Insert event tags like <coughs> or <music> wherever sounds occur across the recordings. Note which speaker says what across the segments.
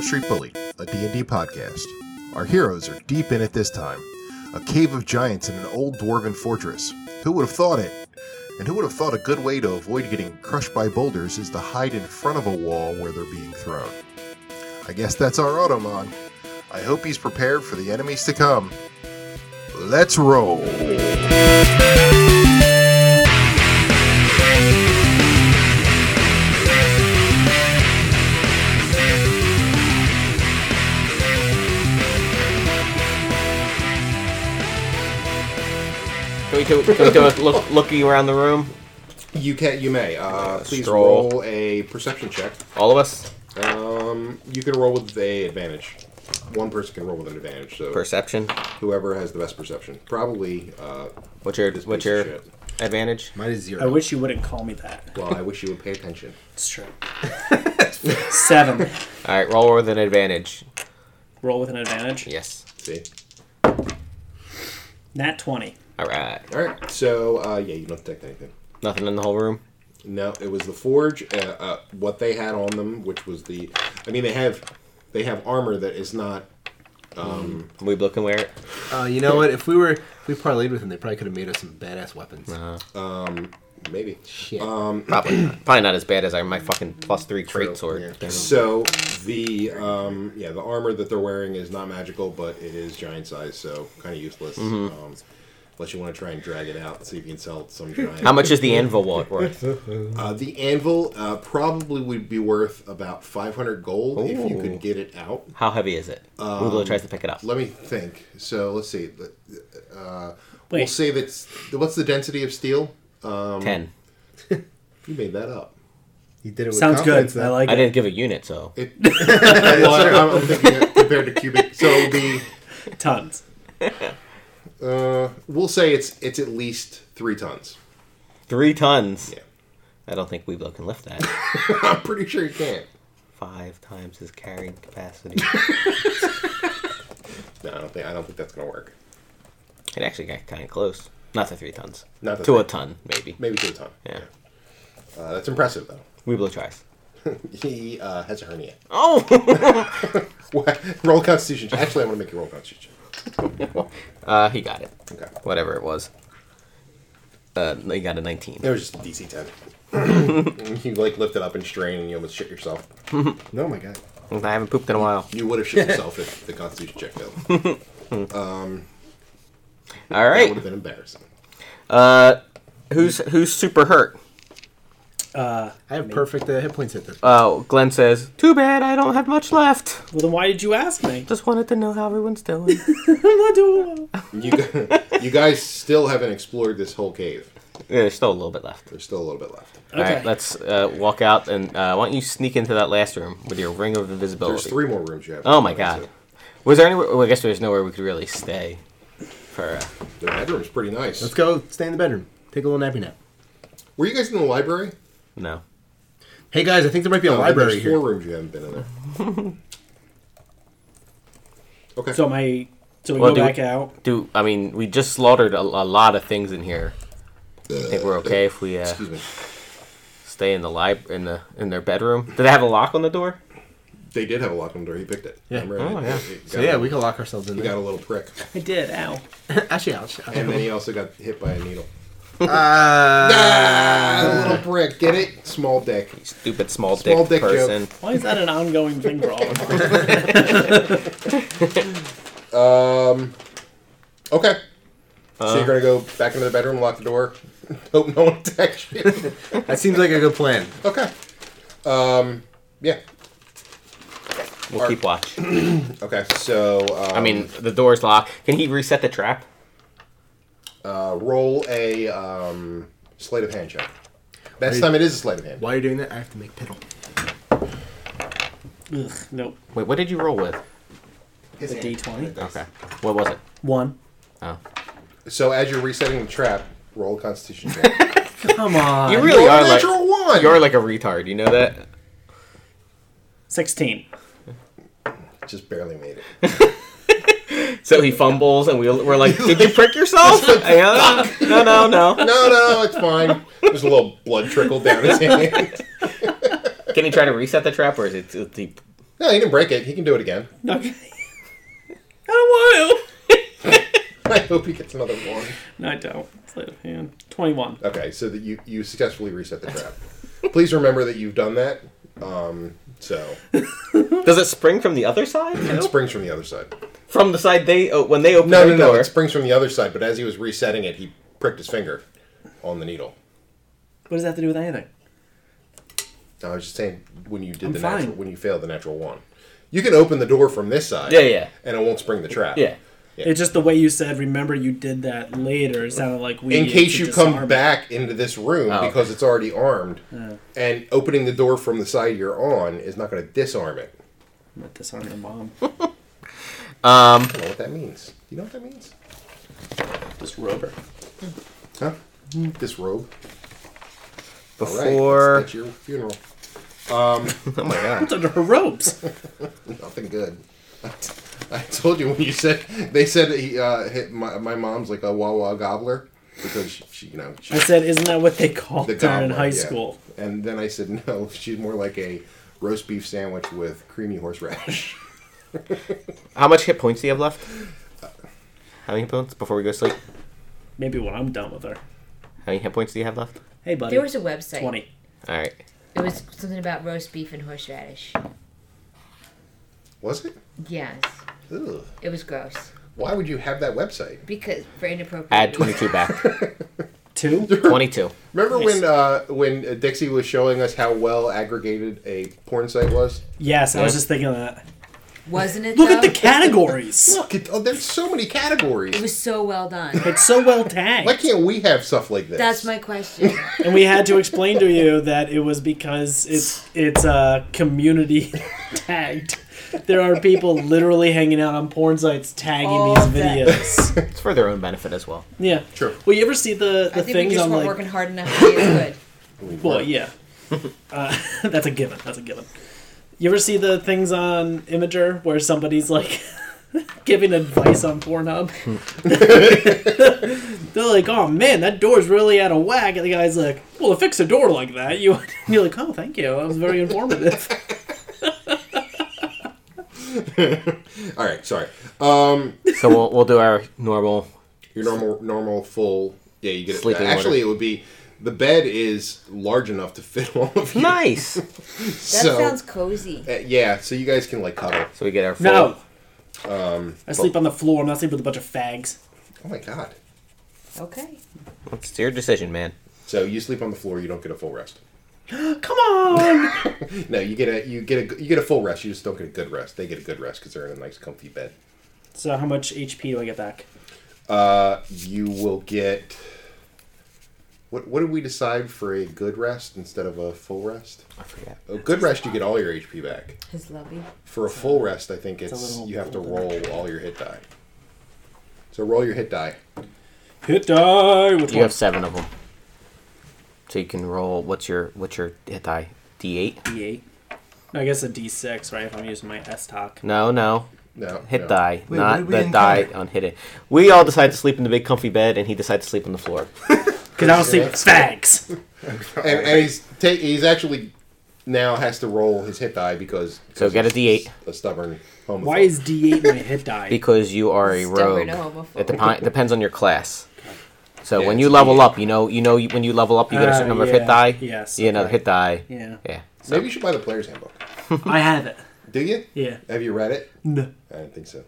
Speaker 1: Street Bully, a D&D podcast. Our heroes are deep in it this time. A cave of giants in an old dwarven fortress. Who would have thought it? And who would have thought a good way to avoid getting crushed by boulders is to hide in front of a wall where they're being thrown? I guess that's our Automon. I hope he's prepared for the enemies to come. Let's roll!
Speaker 2: Can we do, can we do a look, looking around the room?
Speaker 3: You can, you may. Uh, please
Speaker 2: stroll.
Speaker 3: roll a perception check.
Speaker 2: All of us?
Speaker 3: Um, you can roll with a advantage. One person can roll with an advantage. So
Speaker 2: Perception.
Speaker 3: whoever has the best perception, probably. Uh,
Speaker 2: What's your
Speaker 3: this
Speaker 2: what's
Speaker 3: piece of
Speaker 2: your
Speaker 3: shit.
Speaker 2: advantage?
Speaker 3: Mine is
Speaker 4: I
Speaker 3: zero.
Speaker 4: wish you wouldn't call me that.
Speaker 3: well, I wish you would pay attention. <laughs>
Speaker 4: It's true. Seven.
Speaker 2: Alright, roll with an advantage.
Speaker 4: Roll with an advantage.
Speaker 2: Yes.
Speaker 3: See.
Speaker 4: Nat 20.
Speaker 2: Alright.
Speaker 3: All right. So uh, yeah, you don't detect anything.
Speaker 2: Nothing in the whole room?
Speaker 3: No, it was the forge. Uh, uh, what they had on them, which was the. I mean, they have, they have armor that is not.
Speaker 2: We look and wear it.
Speaker 5: Uh, you know what? If we were if we parlayed with them, they probably could have made us some badass weapons.
Speaker 2: Uh-huh.
Speaker 3: Maybe.
Speaker 5: Shit.
Speaker 3: Uh,
Speaker 2: Probably not. Probably not as bad as I my fucking plus three great sword.
Speaker 5: Yeah.
Speaker 3: So the um, yeah the armor that they're wearing is not magical, but it is giant size, so kind of useless. Um, unless you want to try and drag it out and see if you can sell it to some giant.
Speaker 2: How much is the anvil wa-
Speaker 3: <laughs>
Speaker 2: worth?
Speaker 3: Uh, the anvil uh, probably would be worth about 500 gold if you
Speaker 2: Ooh.
Speaker 3: could get it out.
Speaker 2: How heavy is it?
Speaker 3: Um,
Speaker 2: Ulo tries to pick it up.
Speaker 3: Let me think. So let's see. Uh, we'll
Speaker 4: Wait.
Speaker 3: say that's what's the density of steel? um,
Speaker 2: Ten.
Speaker 3: You made that up.
Speaker 5: you did it with
Speaker 4: Sounds good.
Speaker 5: confidence,
Speaker 4: I
Speaker 5: though.
Speaker 4: like
Speaker 2: I
Speaker 4: it.
Speaker 2: didn't give a unit, so
Speaker 3: It, <laughs> well, I'm, I'm thinking it compared to cubic. So it would be.
Speaker 4: Tons.
Speaker 3: Uh, we'll say it's it's at least three tons.
Speaker 2: three tons.
Speaker 3: Yeah.
Speaker 2: I don't think Weeblo can
Speaker 3: <laughs>
Speaker 2: lift that.
Speaker 3: I'm pretty sure you can't.
Speaker 2: Five times his carrying
Speaker 3: <laughs>
Speaker 2: capacity.
Speaker 3: No, I don't think I don't think that's gonna work.
Speaker 2: It actually got kind of close. Not to three tons.
Speaker 3: Not to
Speaker 2: to a
Speaker 3: three.
Speaker 2: ton, maybe.
Speaker 3: Maybe to a ton.
Speaker 2: Yeah.
Speaker 3: Uh, that's impressive though.
Speaker 2: Weeblo tries.
Speaker 3: He uh, has a hernia.
Speaker 2: Oh! <laughs>
Speaker 3: roll constitution. check. Actually, I want to make you roll constitution.
Speaker 2: uh, he got it.
Speaker 3: check. Okay.
Speaker 2: Whatever it was. Uh, he got a 19.
Speaker 3: It was just a DC ten. <clears throat> you like lift it up and strain, and you almost shit yourself. Oh
Speaker 5: No, my god.
Speaker 2: I haven't pooped in a while.
Speaker 3: You would have shit yourself if the constitution check failed.
Speaker 2: All
Speaker 3: That would
Speaker 2: right.
Speaker 3: have been embarrassing.
Speaker 2: Uh, who's who's super hurt?
Speaker 5: I have perfect uh, hit points at this. point.
Speaker 2: Oh, Glenn says, "Too bad I don't have much left.
Speaker 4: Well, then why did you
Speaker 2: <laughs>
Speaker 4: ask me?
Speaker 2: Just wanted to know how everyone's <laughs> doing."
Speaker 4: I'm not doing well.
Speaker 3: You gu- you guys still haven't explored this whole cave.
Speaker 2: yeah, there's still a little bit left.
Speaker 3: There's still a little bit left.
Speaker 2: All
Speaker 4: Okay.
Speaker 2: right, let's uh, walk out and uh, why don't you sneak into that last room with your ring of invisibility?
Speaker 3: There's three more rooms you have. to
Speaker 2: Oh my
Speaker 3: go into.
Speaker 2: god. Was there anywhere? Well, I guess there's nowhere we could really stay. For uh,
Speaker 3: The bedroom's pretty nice.
Speaker 5: Let's go stay in the bedroom. Take a little nappy nap.
Speaker 3: Were you guys in the library?
Speaker 2: no.
Speaker 5: Hey guys, I think there might be a
Speaker 3: Oh, and
Speaker 5: library
Speaker 3: There's four
Speaker 5: here.
Speaker 3: rooms you haven't been in there.
Speaker 5: <laughs>
Speaker 3: Okay.
Speaker 4: So my so we
Speaker 2: Well,
Speaker 4: go
Speaker 2: do we-
Speaker 4: back out.
Speaker 2: Do I mean we just slaughtered a, a lot of things in here? I think we're okay if we uh,
Speaker 3: Excuse me.
Speaker 2: stay in the lib in the in their bedroom. Do they have a lock on the door?
Speaker 3: They did have a lock on the door. He picked it.
Speaker 5: Yeah.
Speaker 3: Remember?
Speaker 2: Oh,
Speaker 3: It-
Speaker 2: yeah.
Speaker 3: it- it
Speaker 5: So
Speaker 3: got
Speaker 5: yeah,
Speaker 3: a-
Speaker 5: we can lock ourselves in
Speaker 3: he got a
Speaker 5: there.
Speaker 3: little prick,
Speaker 4: I did. Ow.
Speaker 5: <laughs> Actually, I'll, I'll,
Speaker 3: and then he also got hit by a
Speaker 5: <laughs>
Speaker 3: needle.
Speaker 5: uh,
Speaker 3: Ah, little prick. Get it? Small dick.
Speaker 2: Stupid small,
Speaker 3: Small
Speaker 2: dick,
Speaker 3: dick
Speaker 2: person.
Speaker 4: Why is that an ongoing thing for all of
Speaker 2: <laughs>
Speaker 4: us?
Speaker 3: Okay. so
Speaker 2: Uh.
Speaker 3: you're gonna go back into the bedroom, lock the door, <laughs> hope no one attacks you.
Speaker 5: that seems like a good plan.
Speaker 3: okay. Um. Yeah.
Speaker 2: We'll
Speaker 3: Or-
Speaker 2: keep watch.
Speaker 3: Okay. So um,
Speaker 2: I mean the door's locked. Can he reset the trap?
Speaker 3: uh, roll a um, sleight of hand check. That's time it is a sleight of hand.
Speaker 5: While you're doing that, I have to make piddle.
Speaker 4: Ugh, nope.
Speaker 2: Wait, what did you roll with?
Speaker 3: His
Speaker 4: A
Speaker 3: hand.
Speaker 4: D20.
Speaker 2: Okay. What was it?
Speaker 4: One.
Speaker 2: Oh.
Speaker 3: So as you're resetting the trap, roll a
Speaker 2: <laughs>
Speaker 3: Constitution check.
Speaker 4: Come on.
Speaker 2: <laughs> You really
Speaker 3: roll a
Speaker 2: are like
Speaker 3: Uh, natural one.
Speaker 2: you're like a retard. You know that?
Speaker 4: 16.
Speaker 3: Just barely made it.
Speaker 2: So he fumbles, and we, we're like,
Speaker 3: <laughs>
Speaker 2: "Did you prick yourself?" Yeah. no, no, no.
Speaker 3: No, no, it's fine. There's a little blood trickle down his hand. <laughs>
Speaker 2: Can he try to reset the trap, or is it is he
Speaker 3: No, he didn't break it. He can do it again. <laughs>
Speaker 4: Okay. <laughs> I don't want
Speaker 3: I hope he gets another one.
Speaker 4: to. No, I don't. Sleight of hand. 21.
Speaker 3: Okay, so that you you successfully reset the trap. Please remember that you've done that. Um, so
Speaker 2: Does it spring from the other side?
Speaker 3: it
Speaker 2: too?
Speaker 3: springs from the other side.
Speaker 2: From the side they oh, when they open
Speaker 3: No, no,
Speaker 2: their
Speaker 3: no.
Speaker 2: door.
Speaker 3: It springs from the other side. But as he was resetting it, he pricked his finger on the needle.
Speaker 4: What does that have to do with anything?
Speaker 3: I was just saying when you did
Speaker 4: I'm
Speaker 3: the
Speaker 4: fine.
Speaker 3: natural when you failed the natural one, you can open the door from this side.
Speaker 2: Yeah, yeah.
Speaker 3: And it won't spring the trap.
Speaker 2: Yeah.
Speaker 4: It's just the way you said, remember you did that later. It sounded like we.
Speaker 3: In
Speaker 4: need
Speaker 3: case
Speaker 4: to
Speaker 3: you
Speaker 4: disarm
Speaker 3: come
Speaker 4: it.
Speaker 3: back into this room
Speaker 2: Oh.
Speaker 3: because it's already armed, and opening the door from the side you're on is not going to disarm it.
Speaker 4: I'm gonna disarm the bomb.
Speaker 3: I don't know what that means. Do you know what that means?
Speaker 4: Just rover.
Speaker 3: Huh? Disrobe. All right,
Speaker 2: Before
Speaker 3: that's, that's your funeral. Um,
Speaker 2: <laughs> Oh my god.
Speaker 4: It's under her
Speaker 3: <laughs>
Speaker 4: ropes.
Speaker 3: Nothing good. I told you when you said they said he uh, hit my, my mom's like a Wawa gobbler because she, she you know she,
Speaker 4: I said, isn't that what they called
Speaker 3: the
Speaker 4: her
Speaker 3: gobbler
Speaker 4: in high
Speaker 3: yeah.
Speaker 4: school?
Speaker 3: And then I said <laughs> no, she's more like a roast beef sandwich with creamy horseradish. <laughs>
Speaker 2: How much hit points do you have left? How many hit points before we go to sleep?
Speaker 4: Maybe when I'm done with her.
Speaker 2: How many hit points do you have left?
Speaker 4: Hey, buddy.
Speaker 6: There was a website.
Speaker 4: 20.
Speaker 2: All right.
Speaker 6: It was something about roast beef and horseradish.
Speaker 3: Was it?
Speaker 6: Yes,
Speaker 3: Ugh.
Speaker 6: it was gross
Speaker 3: Why would you have that website?
Speaker 6: because for inappropriate.
Speaker 2: Add
Speaker 6: reasons.
Speaker 2: 22
Speaker 5: <laughs>
Speaker 2: back.
Speaker 4: Two?
Speaker 2: 22.
Speaker 3: Remember
Speaker 4: Nice.
Speaker 3: when uh, when Dixie was showing us how well aggregated a porn site was?
Speaker 4: Yes, I was
Speaker 2: Yeah.
Speaker 4: just thinking of that.
Speaker 6: Wasn't it?
Speaker 4: Look at
Speaker 6: though?
Speaker 4: the categories.
Speaker 3: Look, at, oh, there's so many
Speaker 6: It
Speaker 3: categories.
Speaker 6: was so well done.
Speaker 4: It's so well tagged.
Speaker 3: Why can't we have stuff like this?
Speaker 6: That's my question.
Speaker 4: and we had to explain to you that it was because it's it's uh, community <laughs> tagged. There are people literally hanging out on porn sites tagging
Speaker 6: All
Speaker 4: these
Speaker 6: day.
Speaker 4: videos.
Speaker 2: It's for their own benefit as well.
Speaker 4: yeah.
Speaker 3: True.
Speaker 4: Well, you ever see the
Speaker 6: I
Speaker 4: the
Speaker 6: think we
Speaker 4: things
Speaker 6: just
Speaker 4: on
Speaker 6: weren't
Speaker 4: like?
Speaker 6: working hard enough to be
Speaker 4: <laughs>
Speaker 6: as good.
Speaker 4: Well, yeah. <laughs> uh, <laughs> that's a given. That's a given. You ever see the things on Imager where somebody's like <laughs> giving advice on <laughs> Pornhub? They're like, "Oh man, that door's really out of whack," and the guy's like, "Well, to fix a door like that, you." <laughs> and You're like, "Oh, thank you. That was very <laughs> informative."
Speaker 3: All right, sorry. Um,
Speaker 2: So we'll, we'll do our normal.
Speaker 3: Your normal, normal full. Yeah, you get it.
Speaker 2: Sleeping
Speaker 3: Actually, it would be the bed is large enough to <laughs> fit all of you.
Speaker 2: Nice!
Speaker 6: That
Speaker 3: so,
Speaker 6: sounds cozy.
Speaker 3: uh, yeah, so you guys can like cuddle.
Speaker 2: So we get our full.
Speaker 4: no. Um, I sleep on the floor. I'm not sleeping with a bunch of fags. <laughs>
Speaker 3: Oh my god!
Speaker 6: Okay.
Speaker 2: It's your decision, man.
Speaker 3: So you sleep on the floor. You don't get a full rest.
Speaker 4: Come on. <laughs>
Speaker 3: No, you get a you get a you get a full rest. You just don't get a good rest. They get a good rest because they're in a nice, comfy bed.
Speaker 4: so, how much HP do I get back?
Speaker 3: Uh, you will get. What what did we decide for a good rest instead of a full rest?
Speaker 2: I forget.
Speaker 3: A good rest, you get all your HP back.
Speaker 6: His lovey.
Speaker 3: For a full rest, I think
Speaker 4: a
Speaker 3: it's
Speaker 4: little
Speaker 3: you have to
Speaker 4: older.
Speaker 3: roll all your hit die. So roll your hit die.
Speaker 4: Hit die. Which
Speaker 2: You
Speaker 4: one?
Speaker 2: have seven of them. So you can roll. What's your what's your hit die? D8?
Speaker 4: D8. No, I guess a D6, right? If I'm using my S talk.
Speaker 2: No, no.
Speaker 3: No.
Speaker 2: Hit
Speaker 3: no.
Speaker 2: die,
Speaker 5: Wait, what
Speaker 2: not
Speaker 5: did we
Speaker 2: the die
Speaker 5: encounter?
Speaker 2: on hit it. We all decide to sleep in the big comfy bed, and he decides to sleep on the floor.
Speaker 4: Because I don't sleep with fags.
Speaker 3: And, and he's ta- he's actually now has to roll his hit die because
Speaker 2: So get a D8
Speaker 3: a stubborn homophobe.
Speaker 4: Why is D8 my hit die?
Speaker 2: because you are a rogue.
Speaker 6: Stubborn homophobe.
Speaker 2: It depi- depends on your class. So
Speaker 3: Yeah,
Speaker 2: when
Speaker 3: it's
Speaker 2: you
Speaker 3: an
Speaker 2: level
Speaker 3: idiot.
Speaker 2: up, you know, you know, you- when you level up, you get a certain
Speaker 4: Uh,
Speaker 2: number of
Speaker 4: yeah,
Speaker 2: hit die.
Speaker 4: yes,
Speaker 2: You get another
Speaker 4: okay.
Speaker 2: hit die.
Speaker 4: Yeah.
Speaker 2: Yeah.
Speaker 3: Maybe you should buy the player's handbook.
Speaker 4: I have it.
Speaker 3: Do you?
Speaker 4: Yeah.
Speaker 3: Have you read it?
Speaker 4: No.
Speaker 3: I don't think so.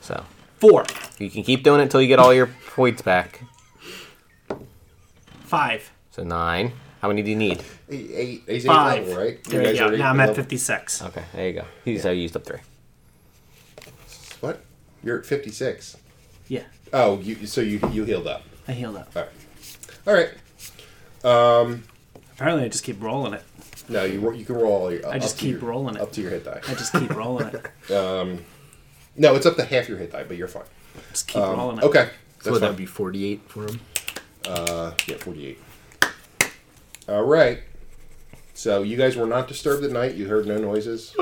Speaker 2: So
Speaker 4: Four.
Speaker 2: you can keep doing it until you get all your points back.
Speaker 4: Five.
Speaker 2: So nine. How many do you need?
Speaker 3: Eight, eight, he's eighth
Speaker 4: Five.
Speaker 3: level, right?
Speaker 4: There you
Speaker 3: guys
Speaker 4: go.
Speaker 3: are eighth
Speaker 4: Now I'm at
Speaker 3: level.
Speaker 4: 56.
Speaker 2: Okay, there you go. He's already used up three.
Speaker 3: What? You're at fifty six.
Speaker 4: Yeah.
Speaker 3: Oh, you so you you healed up.
Speaker 4: I healed up.
Speaker 3: All right. All right.
Speaker 4: Apparently, I just keep rolling it.
Speaker 3: No, you ro- you can roll all your.
Speaker 4: I just
Speaker 3: up to
Speaker 4: keep
Speaker 3: your-
Speaker 4: rolling it.
Speaker 3: up to your hit die.
Speaker 4: I just keep rolling it.
Speaker 3: No, it's up to half your hit die, but you're fine.
Speaker 4: Just keep rolling it.
Speaker 3: Um, Okay. That's
Speaker 5: So would
Speaker 3: fine.
Speaker 5: that be 48 for him?
Speaker 3: Yeah, 48. All right. So you guys were not disturbed at night. You heard no noises.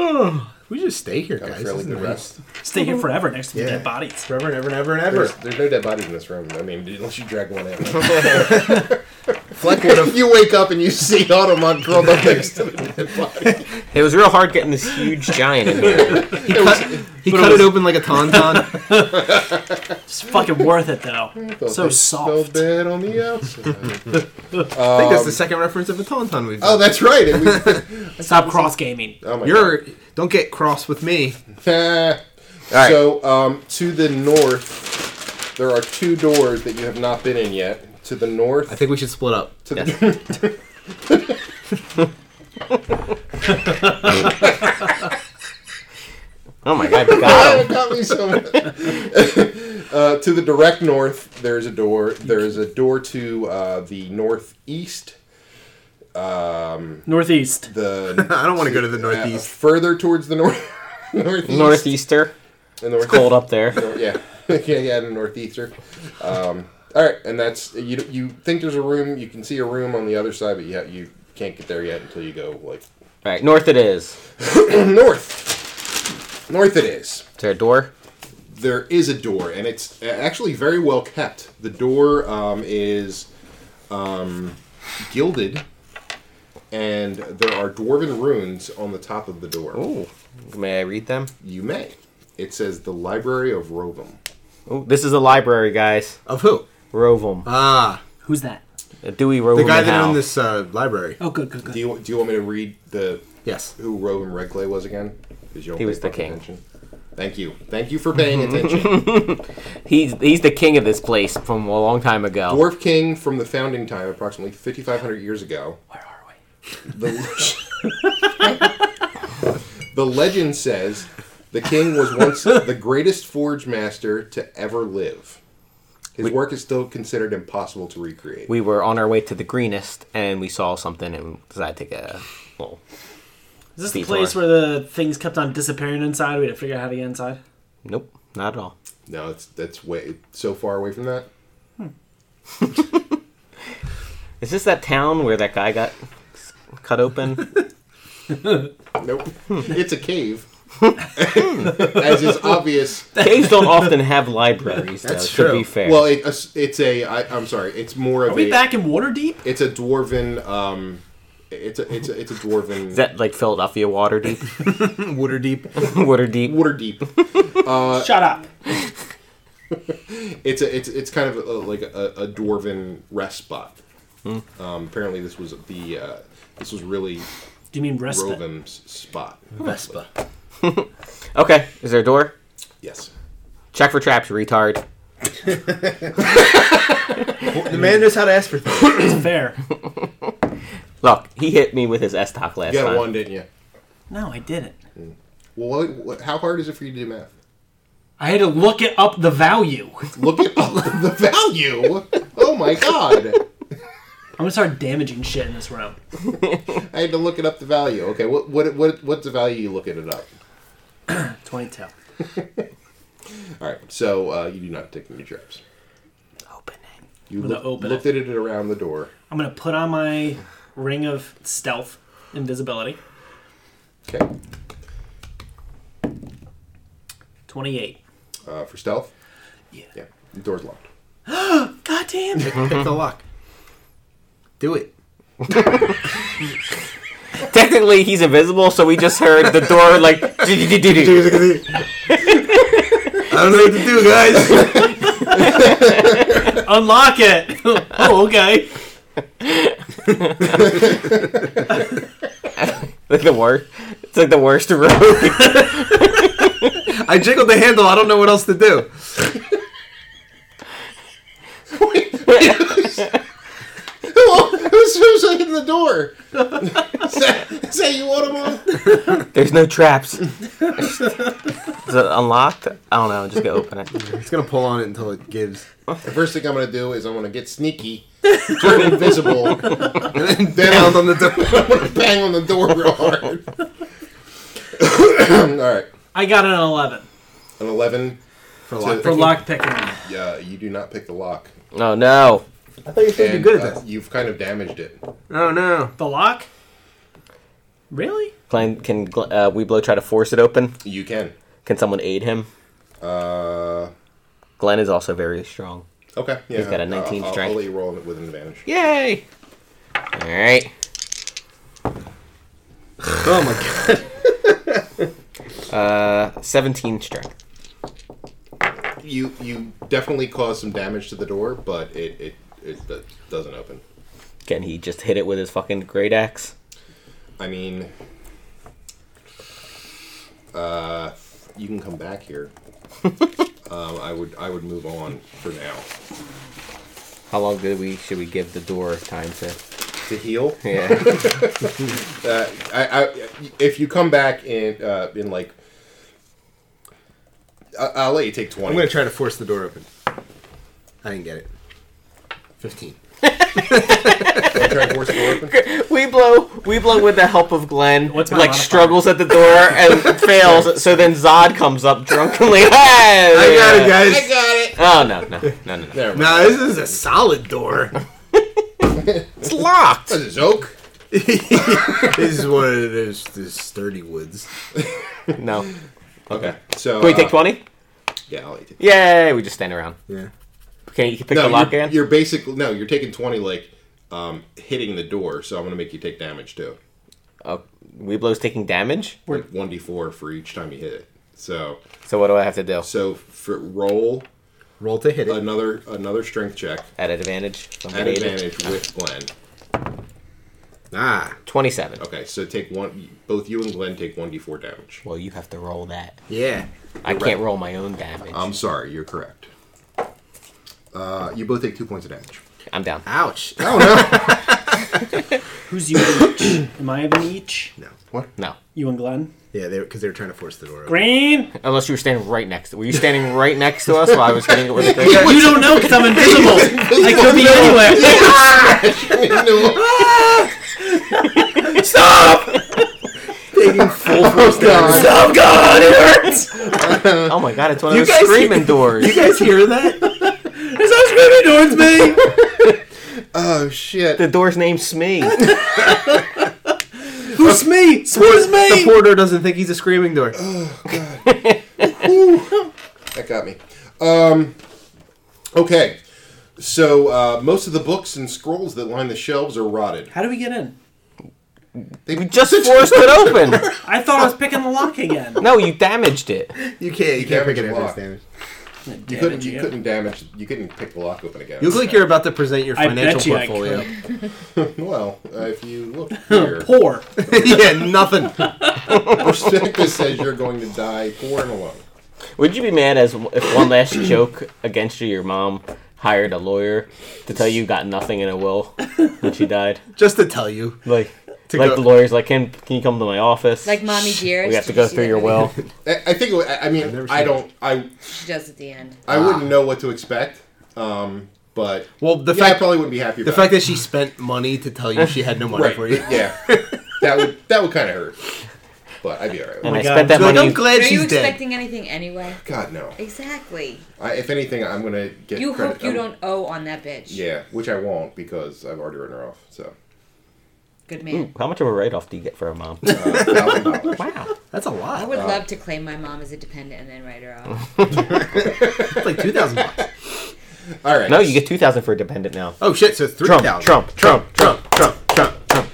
Speaker 5: We just stay here, guys.
Speaker 3: Got a
Speaker 5: This
Speaker 3: fairly
Speaker 5: is
Speaker 3: good
Speaker 5: nice.
Speaker 3: rest.
Speaker 4: Stay here forever next to the
Speaker 5: Yeah.
Speaker 4: dead bodies.
Speaker 5: Forever and ever and ever and
Speaker 3: <laughs>
Speaker 5: ever.
Speaker 3: There's, there's no dead bodies in this room. I mean, unless you drag one out.
Speaker 5: <laughs> Fleck would
Speaker 3: If
Speaker 5: have.
Speaker 3: you wake up and you see Automon curled
Speaker 5: <laughs>
Speaker 3: up next to the dead body,
Speaker 2: It was real hard getting this huge giant in here.
Speaker 5: He cut, he cut it, open like a tauntaun.
Speaker 4: It's fucking worth it though. So
Speaker 3: Felt
Speaker 4: soft.
Speaker 3: bad on the outside.
Speaker 5: I think that's the second reference of a tauntaun we've
Speaker 3: Um, oh,
Speaker 5: done.
Speaker 3: that's right. and we-
Speaker 4: Stop cross gaming.
Speaker 3: oh my <laughs> God.
Speaker 5: You're don't get cross with me.
Speaker 2: right.
Speaker 3: So, um, to the north, there are two doors that you have not been in yet. To the north,
Speaker 5: I think we should split up.
Speaker 3: to the,
Speaker 5: Yes.
Speaker 2: Oh my god, you got
Speaker 3: <laughs> It got me so much. uh, to the direct north, there's a door. There is a door to uh, the northeast. Um,
Speaker 4: Northeast.
Speaker 3: the
Speaker 5: <laughs>
Speaker 3: uh,
Speaker 5: I don't wanna go to the northeast.
Speaker 3: further towards the north, <laughs> northeast,
Speaker 2: him. Northeaster.
Speaker 3: the north,
Speaker 2: Cold up there.
Speaker 3: <laughs> yeah, yeah, yeah, the northeaster. Um, all right, and that's you. You think there's a room? You can see a room on the other side, but you ha- you can't get there yet until you go like <clears throat>
Speaker 2: Alright, north it is.
Speaker 3: north. North it is.
Speaker 2: Is there a door?
Speaker 3: there is a door, and it's actually very well kept. The door um, is um, gilded, and there are dwarven runes on the top of the door.
Speaker 2: Ooh. May I read them?
Speaker 3: You may. It says the Library of Rovum.
Speaker 2: Ooh, this is the library, guys.
Speaker 5: Of who?
Speaker 2: Rovum.
Speaker 5: Ah,
Speaker 4: Who's that?
Speaker 2: Dewey Rovum.
Speaker 5: the guy
Speaker 2: and
Speaker 5: that
Speaker 2: Howe.
Speaker 5: owned this uh, library.
Speaker 4: Oh, good, good,
Speaker 3: Do
Speaker 4: good.
Speaker 3: you do you want me to read the
Speaker 5: Yes.
Speaker 3: who Rovum Redclay was again? 'Cause you don't
Speaker 2: He
Speaker 3: pay
Speaker 2: was the
Speaker 3: fucking
Speaker 2: king.
Speaker 3: attention. Thank you. Thank you for
Speaker 2: <laughs>
Speaker 3: paying attention.
Speaker 2: He's he's the king of this place from a long time ago.
Speaker 3: Dwarf king from the founding time, approximately 5,500 years ago.
Speaker 4: Where are we?
Speaker 3: The, <laughs> the legend says the king was once the greatest forge master to ever live. His work is still considered impossible to recreate.
Speaker 2: We were on our way to the greenest and we saw something and decided to get a little
Speaker 4: Is this the
Speaker 2: Detour.
Speaker 4: place where the things kept on disappearing inside? We had to figure out how to get inside.
Speaker 2: Nope, not at all.
Speaker 3: no, it's that's way so far away from that.
Speaker 2: Is this that town where that guy got
Speaker 3: <laughs>
Speaker 2: cut open?
Speaker 3: Nope, it's a cave. As is obvious.
Speaker 2: Caves don't often have libraries, though,
Speaker 5: That's
Speaker 2: to
Speaker 5: true.
Speaker 2: be fair.
Speaker 3: Well, it, it's a. I, I'm sorry. It's more of
Speaker 4: Are we
Speaker 3: a.
Speaker 4: back in Waterdeep?
Speaker 3: It's a dwarven. Um, it's a. It's a. It's a dwarven.
Speaker 2: is that like Philadelphia water deep? <laughs>
Speaker 5: Water deep.
Speaker 2: water deep?
Speaker 3: water deep.
Speaker 4: Shut up.
Speaker 3: it's a it's it's kind of a, like a, a dwarven rest spot. Um, apparently, this was the uh, this was really
Speaker 4: Do you mean respite?
Speaker 3: Rovim's spot.
Speaker 5: Vespa.
Speaker 2: Okay, is there a door?
Speaker 3: Yes.
Speaker 2: Check for traps, retard.
Speaker 5: <laughs> The man knows how to ask for <laughs> things.
Speaker 4: It's <coughs> fair.
Speaker 2: Look, he hit me with his S talk last
Speaker 3: You got
Speaker 2: time.
Speaker 3: a one, didn't you?
Speaker 4: No, I didn't.
Speaker 3: Well, what, what, how hard is it for you to do math?
Speaker 4: I had to look it up the value.
Speaker 3: Look at all of the value. Oh my god!
Speaker 4: I'm gonna start damaging shit in this round.
Speaker 3: I had to look it up the value. Okay, what what what what's the value you looking it up?
Speaker 4: 22.
Speaker 3: All right, so uh, you do not take any traps.
Speaker 4: Open it.
Speaker 3: You
Speaker 4: I'm gonna
Speaker 3: look-
Speaker 4: open
Speaker 3: looked at it around the door.
Speaker 4: I'm gonna put on my ring of stealth, invisibility.
Speaker 3: Okay,
Speaker 4: 28.
Speaker 3: uh, for stealth.
Speaker 4: Yeah.
Speaker 3: Yeah, the door's locked.
Speaker 4: God damn it.
Speaker 5: Pick the lock. Do it.
Speaker 2: Technically, he's invisible, so we just heard the
Speaker 3: <laughs>
Speaker 2: door like. <laughs>
Speaker 5: <laughs> I don't know what to do, guys.
Speaker 4: Unlock it. <laughs> oh, okay.
Speaker 2: like the worst. It's like the worst road.
Speaker 5: <laughs>
Speaker 2: <laughs>
Speaker 5: I jiggled the handle. I don't know what else to do.
Speaker 3: <laughs> who's, who's in the <laughs> door? Is that, is that you, Automon?
Speaker 2: There's no traps. Is it unlocked? I don't know. Just go open it.
Speaker 5: It's gonna pull on it until it gives.
Speaker 3: The first thing I'm going to do is I'm going to get sneaky, turn <laughs> invisible, and then
Speaker 5: Pound
Speaker 3: down,
Speaker 5: on the door.
Speaker 3: I'm going to <laughs> bang on the door real hard. <coughs> All right.
Speaker 4: I got an 11
Speaker 3: An 11.
Speaker 5: <laughs> For lock.
Speaker 4: for lock picking.
Speaker 3: Yeah, you do not pick the lock.
Speaker 2: Oh no!
Speaker 5: I thought you
Speaker 3: And,
Speaker 5: said you're good at
Speaker 3: uh,
Speaker 5: this.
Speaker 3: you've kind of damaged it.
Speaker 5: Oh no.
Speaker 4: The lock? Really?
Speaker 2: Can can uh, Weeblo try to force it open?
Speaker 3: You can.
Speaker 2: Can someone aid him?
Speaker 3: Uh,
Speaker 2: Glenn is also very strong.
Speaker 3: okay. Yeah,
Speaker 2: He's got a 19
Speaker 3: I'll- I'll,
Speaker 2: strength.
Speaker 3: I'll let you roll it with an advantage.
Speaker 2: Yay! All right.
Speaker 5: Oh my god.
Speaker 2: <laughs> Uh, 17 strength.
Speaker 3: You you definitely caused some damage to the door, but it it, it do- doesn't open.
Speaker 2: Can he just hit it with his fucking great axe?
Speaker 3: I mean, uh, you can come back <laughs> here. um, I would I would move on for now
Speaker 2: How long did we should we give the door time to?
Speaker 3: to heal.
Speaker 2: Yeah.
Speaker 3: Uh, I, I, if you come back in uh, in like, I, I'll let you take
Speaker 5: I'm
Speaker 3: twenty.
Speaker 5: gonna try to force the door open. I didn't get it. 15.
Speaker 3: Wanna try and force the door open. <laughs>
Speaker 2: we blow we blow with the help of Glenn.
Speaker 4: What's my
Speaker 2: like
Speaker 4: modifier?
Speaker 2: struggles at the door
Speaker 4: <laughs>
Speaker 2: and fails. So then Zod comes up drunkenly. <laughs> Hey,
Speaker 5: I got it, guys.
Speaker 3: I got it.
Speaker 2: Oh no no no no! no.
Speaker 3: Never mind.
Speaker 5: Nah, this is a
Speaker 3: <laughs>
Speaker 5: solid door.
Speaker 2: It's locked.
Speaker 3: That's a joke.
Speaker 5: this is one of those, those sturdy woods.
Speaker 2: No.
Speaker 3: Okay. So
Speaker 2: Can we take
Speaker 3: uh,
Speaker 2: twenty?
Speaker 3: Yeah, I'll let you take.
Speaker 2: Yay! We just stand around.
Speaker 5: Yeah.
Speaker 2: Can you pick
Speaker 3: No,
Speaker 2: the lock
Speaker 3: you're,
Speaker 2: in?
Speaker 3: you're basically no. You're taking twenty, like um, hitting the door. So I'm gonna make you take damage too.
Speaker 2: Oh, Weeblow's taking damage.
Speaker 3: Like one d four for each time you hit it. So
Speaker 2: So what do I have to do?
Speaker 3: so for roll
Speaker 5: Roll to hit it.
Speaker 3: another another strength check
Speaker 2: At advantage. if I'm
Speaker 3: at
Speaker 2: related.
Speaker 3: advantage with Glenn.
Speaker 5: Ah.
Speaker 2: Twenty-seven.
Speaker 3: Okay, so take one. Both you and Glenn take one d four damage.
Speaker 2: Well, you have to roll that.
Speaker 5: Yeah.
Speaker 2: I can't roll my own damage.
Speaker 3: I'm sorry, you're correct. Uh, you both take two points of damage.
Speaker 2: I'm down.
Speaker 5: Ouch.
Speaker 3: Oh no!
Speaker 4: Who's you and each? Am I having each?
Speaker 5: No.
Speaker 3: what?
Speaker 2: No.
Speaker 4: You and Glenn?
Speaker 5: Yeah, they because they were trying to force the door open.
Speaker 4: Green?
Speaker 2: Unless you were standing right next to Were you standing right next to us while I was hitting it with a great
Speaker 4: You don't know because I'm invisible. <laughs> I could be anywhere.
Speaker 3: no.
Speaker 4: <laughs>
Speaker 5: Taking full force damage.
Speaker 4: Oh god, it hurts!
Speaker 2: Oh my god, it's one of
Speaker 5: You
Speaker 2: those
Speaker 5: guys-
Speaker 2: screaming doors.
Speaker 5: You guys hear that?
Speaker 4: There's no screaming towards me!
Speaker 3: Oh shit!
Speaker 2: the door's named <laughs> Smee.
Speaker 4: Who's me? Who's
Speaker 5: The
Speaker 4: me?
Speaker 5: porter doesn't think he's a screaming door.
Speaker 3: That got me. Um. Okay. So uh, most of the books and scrolls that line the shelves are rotted.
Speaker 4: How do we get in?
Speaker 3: They
Speaker 2: You just forced it open.
Speaker 4: I thought I was picking the lock again.
Speaker 2: No, you damaged it.
Speaker 5: You can't. You
Speaker 3: can't
Speaker 5: can't
Speaker 3: pick it
Speaker 5: pick it
Speaker 3: after
Speaker 5: up
Speaker 3: it's
Speaker 5: as damage.
Speaker 3: You couldn't. You couldn't damage. You couldn't pick the lock open again.
Speaker 5: You look like you're about to present your
Speaker 4: I
Speaker 5: financial
Speaker 4: bet you I
Speaker 5: portfolio.
Speaker 3: Well, uh, if you look here,
Speaker 4: Poor.
Speaker 5: <laughs> yeah, nothing.
Speaker 3: Perspective says you're going to die poor and alone.
Speaker 2: Would you be mad as if one last joke against you, your mom hired a lawyer to tell you you got nothing in a will when she died?
Speaker 5: Just to tell you,
Speaker 2: Like,
Speaker 5: To
Speaker 2: like
Speaker 5: go-
Speaker 2: the lawyer's like, can can you come to my office?
Speaker 6: Like Mommy Dearest.
Speaker 2: we have to
Speaker 6: did
Speaker 2: go
Speaker 6: you see
Speaker 2: through
Speaker 6: that
Speaker 2: your
Speaker 6: movie?
Speaker 2: will.
Speaker 3: I, I think. it would- I I mean,
Speaker 5: never seen Ah.
Speaker 3: I don't. I
Speaker 6: She does at the end.
Speaker 3: I wouldn't know what to expect. Um, but
Speaker 5: Well, the
Speaker 3: yeah, I
Speaker 5: fact-
Speaker 3: probably wouldn't be happy.
Speaker 5: the
Speaker 3: about
Speaker 5: fact that she spent money to tell you she had no money
Speaker 3: it.
Speaker 5: for
Speaker 3: right?
Speaker 5: you.
Speaker 3: yeah,
Speaker 5: <laughs>
Speaker 3: that would that would kind of hurt. But I'd be alright.
Speaker 2: And
Speaker 4: my
Speaker 2: I
Speaker 4: God.
Speaker 2: spent that
Speaker 5: So, like,
Speaker 2: money.
Speaker 5: I'm glad
Speaker 6: Are you
Speaker 5: she's dead.
Speaker 6: expecting anything anyway?
Speaker 3: God no.
Speaker 6: Exactly.
Speaker 3: I, if anything, I'm gonna get.
Speaker 6: You
Speaker 3: credit.
Speaker 6: hope you
Speaker 2: um,
Speaker 3: I'm-
Speaker 6: don't owe on that bitch.
Speaker 3: Yeah, which I won't because I've already written her off. So <laughs>
Speaker 6: Good man.
Speaker 2: How much of a write off do you get for a mom?
Speaker 3: uh, $1,000.
Speaker 2: wow.
Speaker 5: That's a lot.
Speaker 6: I would
Speaker 2: Uh,
Speaker 6: love to claim my mom as a dependent and then write her off.
Speaker 5: That's like two thousand bucks.
Speaker 3: all right.
Speaker 2: No, you get two thousand for a dependent now.
Speaker 5: Oh shit! So it's three
Speaker 2: Trump,
Speaker 5: thousand.
Speaker 2: Trump, Trump,
Speaker 5: Trump, Trump, Trump, Trump.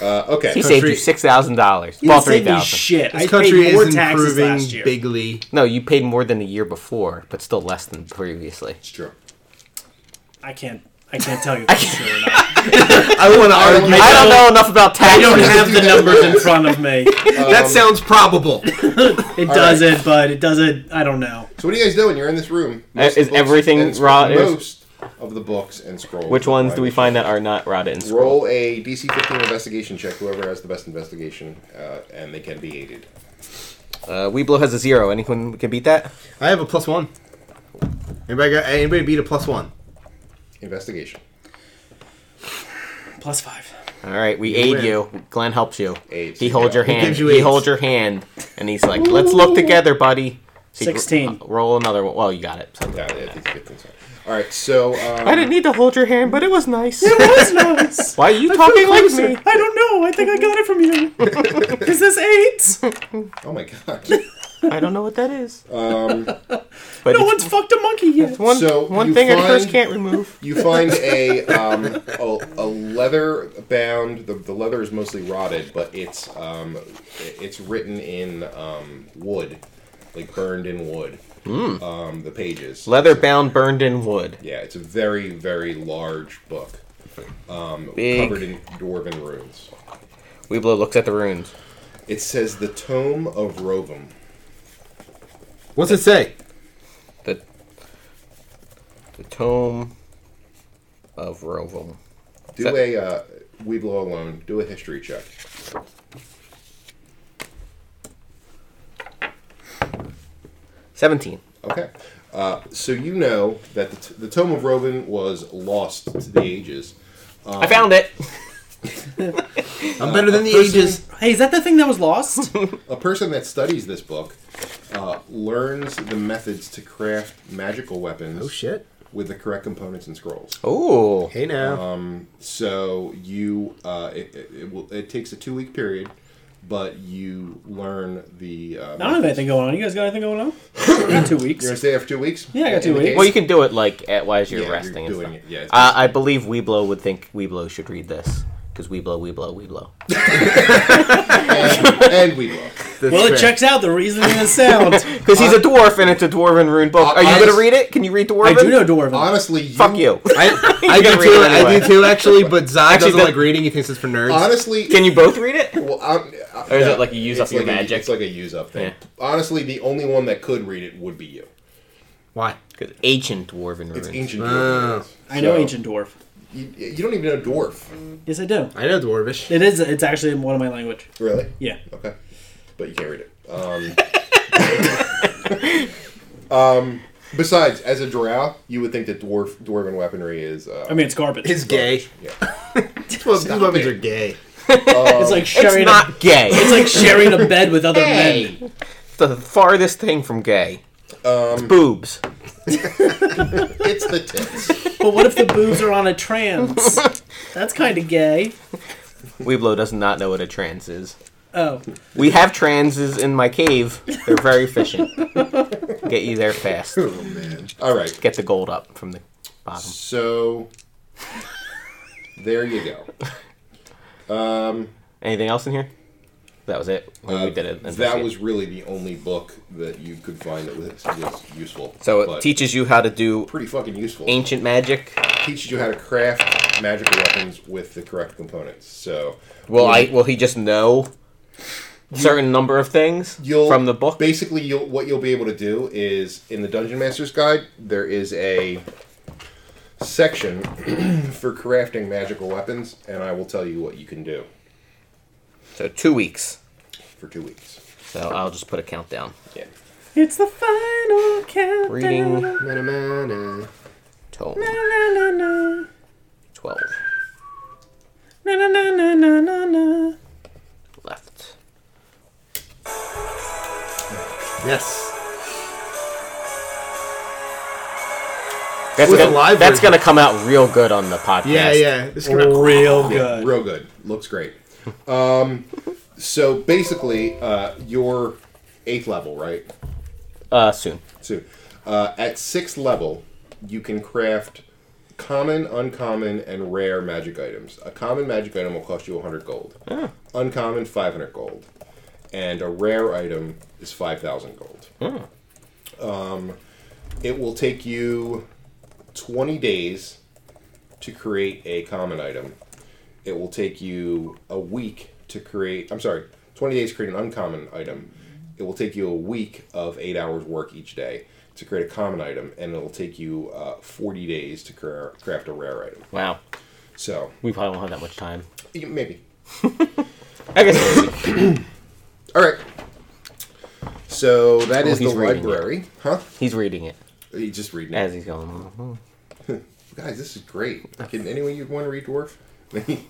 Speaker 3: Uh, okay.
Speaker 2: He
Speaker 5: So
Speaker 2: saved
Speaker 5: three-
Speaker 2: you six thousand dollars.
Speaker 4: You
Speaker 2: Well,
Speaker 4: didn't
Speaker 2: three
Speaker 4: save me
Speaker 2: thousand.
Speaker 4: shit.
Speaker 5: This
Speaker 4: I
Speaker 5: country
Speaker 4: paid more
Speaker 5: is
Speaker 4: taxes
Speaker 5: improving
Speaker 4: last year.
Speaker 5: bigly.
Speaker 2: No, you paid more than the year before, but still less than previously.
Speaker 3: It's true.
Speaker 4: I can't. I can't tell you if it's <laughs> true or not.
Speaker 5: I want to
Speaker 2: <laughs>
Speaker 5: argue.
Speaker 2: I don't know enough about taxes.
Speaker 4: I don't
Speaker 3: have
Speaker 4: have the numbers in front of me.
Speaker 5: that sounds probable.
Speaker 4: It doesn't, but it doesn't. I don't know.
Speaker 3: So what are you guys doing? You're in this room. of
Speaker 2: Uh, is
Speaker 3: the books
Speaker 2: everything
Speaker 3: and sc-
Speaker 2: raw- is-
Speaker 3: Most of the books and scrolls.
Speaker 2: Which ones do we
Speaker 3: Right.
Speaker 2: find that are not rotted and scroll?
Speaker 3: Roll a DC 15 investigation check. Whoever has the best investigation, uh, and they can be aided.
Speaker 2: Uh, Weeblo has a zero. Anyone can beat that?
Speaker 5: I have a plus one. Anybody got? Anybody beat a plus one?
Speaker 3: Investigation.
Speaker 4: Plus five.
Speaker 2: All right, we aid
Speaker 5: win.
Speaker 2: you. Glenn helps you.
Speaker 3: Aids,
Speaker 2: he holds your
Speaker 3: yeah. He
Speaker 2: hand. He,
Speaker 5: gives you aids.
Speaker 2: holds your hand, and he's like, "Let's look together, buddy." So you-
Speaker 4: 16.
Speaker 2: uh, roll another one. Well, you got it. So-
Speaker 3: Yeah, yeah, DC 15. sorry. All right. So um,
Speaker 2: I didn't need to hold your hand, but it was nice.
Speaker 4: That's nice.
Speaker 2: Why are you <laughs> talking like
Speaker 4: Closer.
Speaker 2: me? <laughs>
Speaker 4: I don't know. I think I got it from you. Is this eight?
Speaker 3: Oh my god.
Speaker 2: I don't know what that is.
Speaker 3: Um,
Speaker 2: But
Speaker 4: No
Speaker 2: it's-
Speaker 4: one's fucked a monkey yet.
Speaker 2: it's one,
Speaker 3: So,
Speaker 2: one
Speaker 3: you
Speaker 2: thing I first
Speaker 3: find-
Speaker 2: can't <laughs> remove.
Speaker 3: you find a um, a, a leather bound. The, the leather is mostly rotted, but it's um, it's written in um, wood, like burned in wood. Um, the pages.
Speaker 2: Leather bound, burned in wood.
Speaker 3: Yeah, it's a very very large book, um,
Speaker 2: Big.
Speaker 3: covered in dwarven runes.
Speaker 2: Weeblo looks at the runes.
Speaker 3: It says the Tome of Rovum.
Speaker 5: What's it say?
Speaker 2: The the tome of Rovum.
Speaker 3: Do
Speaker 2: That-
Speaker 3: a uh, we blow alone. Do a history check.
Speaker 2: Seventeen.
Speaker 3: Okay. Uh, so you know that the, t- the Tome of Rovin was lost to the ages.
Speaker 2: I found it.
Speaker 5: I'm better than the
Speaker 3: person-
Speaker 5: ages.
Speaker 4: Hey, is that the thing that was lost?
Speaker 3: A person that studies this book uh, learns the methods to craft magical weapons
Speaker 5: Oh shit.
Speaker 3: with the correct components and scrolls.
Speaker 2: Oh,
Speaker 5: Hey now.
Speaker 3: So you, uh, it, it, it, will, it takes a two week period, but you learn the. Uh,
Speaker 4: I don't have anything going on. You guys got anything going on?
Speaker 2: <coughs>
Speaker 4: I got two weeks.
Speaker 3: You're gonna stay there for two weeks.
Speaker 4: Yeah, I got two
Speaker 3: In the
Speaker 4: weeks.
Speaker 3: case-
Speaker 2: Well, you can do it like at, while you're
Speaker 3: Yeah, you're
Speaker 2: resting and
Speaker 3: doing
Speaker 2: stuff. Uh,
Speaker 3: it, yeah, it's
Speaker 2: I, I believe Weeblo would think Weeblo should read this because Weeblo, Weeblo, <laughs> Weeblo.
Speaker 3: and, and we blow.
Speaker 4: Well, it checks out the reasoning and
Speaker 2: <laughs>
Speaker 4: the sound.
Speaker 2: Because he's a dwarf and it's a dwarven rune book. Are you
Speaker 3: I
Speaker 2: going
Speaker 3: just-
Speaker 2: to read it? Can you read dwarven?
Speaker 4: I do know Dwarven.
Speaker 3: Honestly, you,
Speaker 2: Fuck <laughs> you.
Speaker 5: I, I do
Speaker 2: gotta read
Speaker 5: too.
Speaker 2: it
Speaker 5: I
Speaker 2: anyway.
Speaker 5: do too. Actually, but Zod doesn't
Speaker 2: that-
Speaker 5: like reading. He thinks it's for nerds.
Speaker 3: Honestly,
Speaker 2: Can you both read it?
Speaker 3: Well, I'm, I-
Speaker 2: Or is
Speaker 3: no,
Speaker 2: it like you use
Speaker 3: it's
Speaker 2: up your
Speaker 3: like a-
Speaker 2: magic?
Speaker 3: it's like a use up thing.
Speaker 2: Yeah.
Speaker 3: Honestly, the only one that could read it would be you.
Speaker 5: Why?
Speaker 2: 'Cause ancient dwarven runes.
Speaker 3: It's ancient.
Speaker 5: Oh.
Speaker 3: Dwarf.
Speaker 4: Ah. I know
Speaker 3: So,
Speaker 4: ancient dwarf.
Speaker 3: You, you don't even know dwarf,
Speaker 4: Yes, I do.
Speaker 5: I know dwarvish.
Speaker 4: It is. It's actually in one of my language.
Speaker 3: really.
Speaker 4: Yeah.
Speaker 3: Okay, but you can't read it. Um, um,
Speaker 4: <laughs>
Speaker 3: um, besides, as a drow, you would think that dwarf dwarven weaponry is. Uh,
Speaker 4: I mean, <laughs> it's garbage.
Speaker 5: It's gay.
Speaker 3: yeah.
Speaker 5: Well, these
Speaker 3: it.
Speaker 5: weapons are gay.
Speaker 4: it's like
Speaker 2: It's
Speaker 4: sharing. a,
Speaker 2: not gay.
Speaker 4: it's like sharing a bed
Speaker 2: <laughs>
Speaker 4: with other men.
Speaker 2: It's the farthest thing from gay. it's
Speaker 3: Um,
Speaker 2: boobs.
Speaker 3: it's the tits.
Speaker 4: But what if the boobs are on
Speaker 2: <laughs>
Speaker 4: a trans? That's kind of gay.
Speaker 2: Weeblo does not know what a trans is.
Speaker 4: Oh,
Speaker 2: We have transes in my cave. They're very efficient. Get you there fast.
Speaker 3: All right,
Speaker 2: Get the gold up from the bottom.
Speaker 3: so there you go.
Speaker 2: Anything else in here? That was it. We- we
Speaker 3: Uh,
Speaker 2: did it. That's
Speaker 3: That
Speaker 2: it.
Speaker 3: was really the only book that you could find that was, was useful.
Speaker 2: so it
Speaker 3: but
Speaker 2: teaches you how to do
Speaker 3: pretty fucking useful.
Speaker 2: ancient magic.
Speaker 3: teaches you how to craft magical weapons with the correct components. So
Speaker 2: Will I? Will he just know certain number of things
Speaker 3: you'll
Speaker 2: from the book?
Speaker 3: Basically, you'll, what you'll be able to do is in the Dungeon Master's Guide, there is a section <clears throat> for crafting magical weapons, and I will tell you what you can do
Speaker 2: So two weeks.
Speaker 3: for two weeks.
Speaker 2: So I'll just put a countdown.
Speaker 3: Yeah.
Speaker 4: it's the final countdown.
Speaker 2: Reading
Speaker 5: Na-na-na-na.
Speaker 2: tome
Speaker 4: Na, na,
Speaker 2: twelve
Speaker 4: na, na, na, na, na, na, na.
Speaker 2: left.
Speaker 5: Yes.
Speaker 2: That's
Speaker 5: With a
Speaker 2: gonna,
Speaker 5: library.
Speaker 2: that's gonna come out real good on the podcast.
Speaker 5: Yeah, yeah. It's gonna-
Speaker 4: Oh. Real
Speaker 3: Yeah,
Speaker 4: good.
Speaker 3: real good. Looks great. Um, so basically, uh, you're eighth level, right?
Speaker 2: Uh, soon.
Speaker 3: So, uh, at sixth level, you can craft common, uncommon, and rare magic items. A common magic item will cost you 100 gold. Uncommon, 500 gold. And a rare item is 5,000 gold. Um, it will take you 20 days to create a common item. It will take you a week to create. I'm sorry, 20 days to create an uncommon item. It will take you a week of eight hours work each day to create a common item, and it'll take you uh, 40 days to cra- craft a rare item.
Speaker 2: Wow.
Speaker 3: So
Speaker 2: We probably won't have that much time.
Speaker 3: y- maybe.
Speaker 2: I guess. <coughs>
Speaker 3: All right. So that
Speaker 2: Oh,
Speaker 3: is
Speaker 2: he's
Speaker 3: the
Speaker 2: reading it.
Speaker 3: library, huh?
Speaker 2: he's reading it
Speaker 3: You just reading it.
Speaker 2: as he's going. along.
Speaker 3: Guys, this is great. Can anyone you want to read dwarf?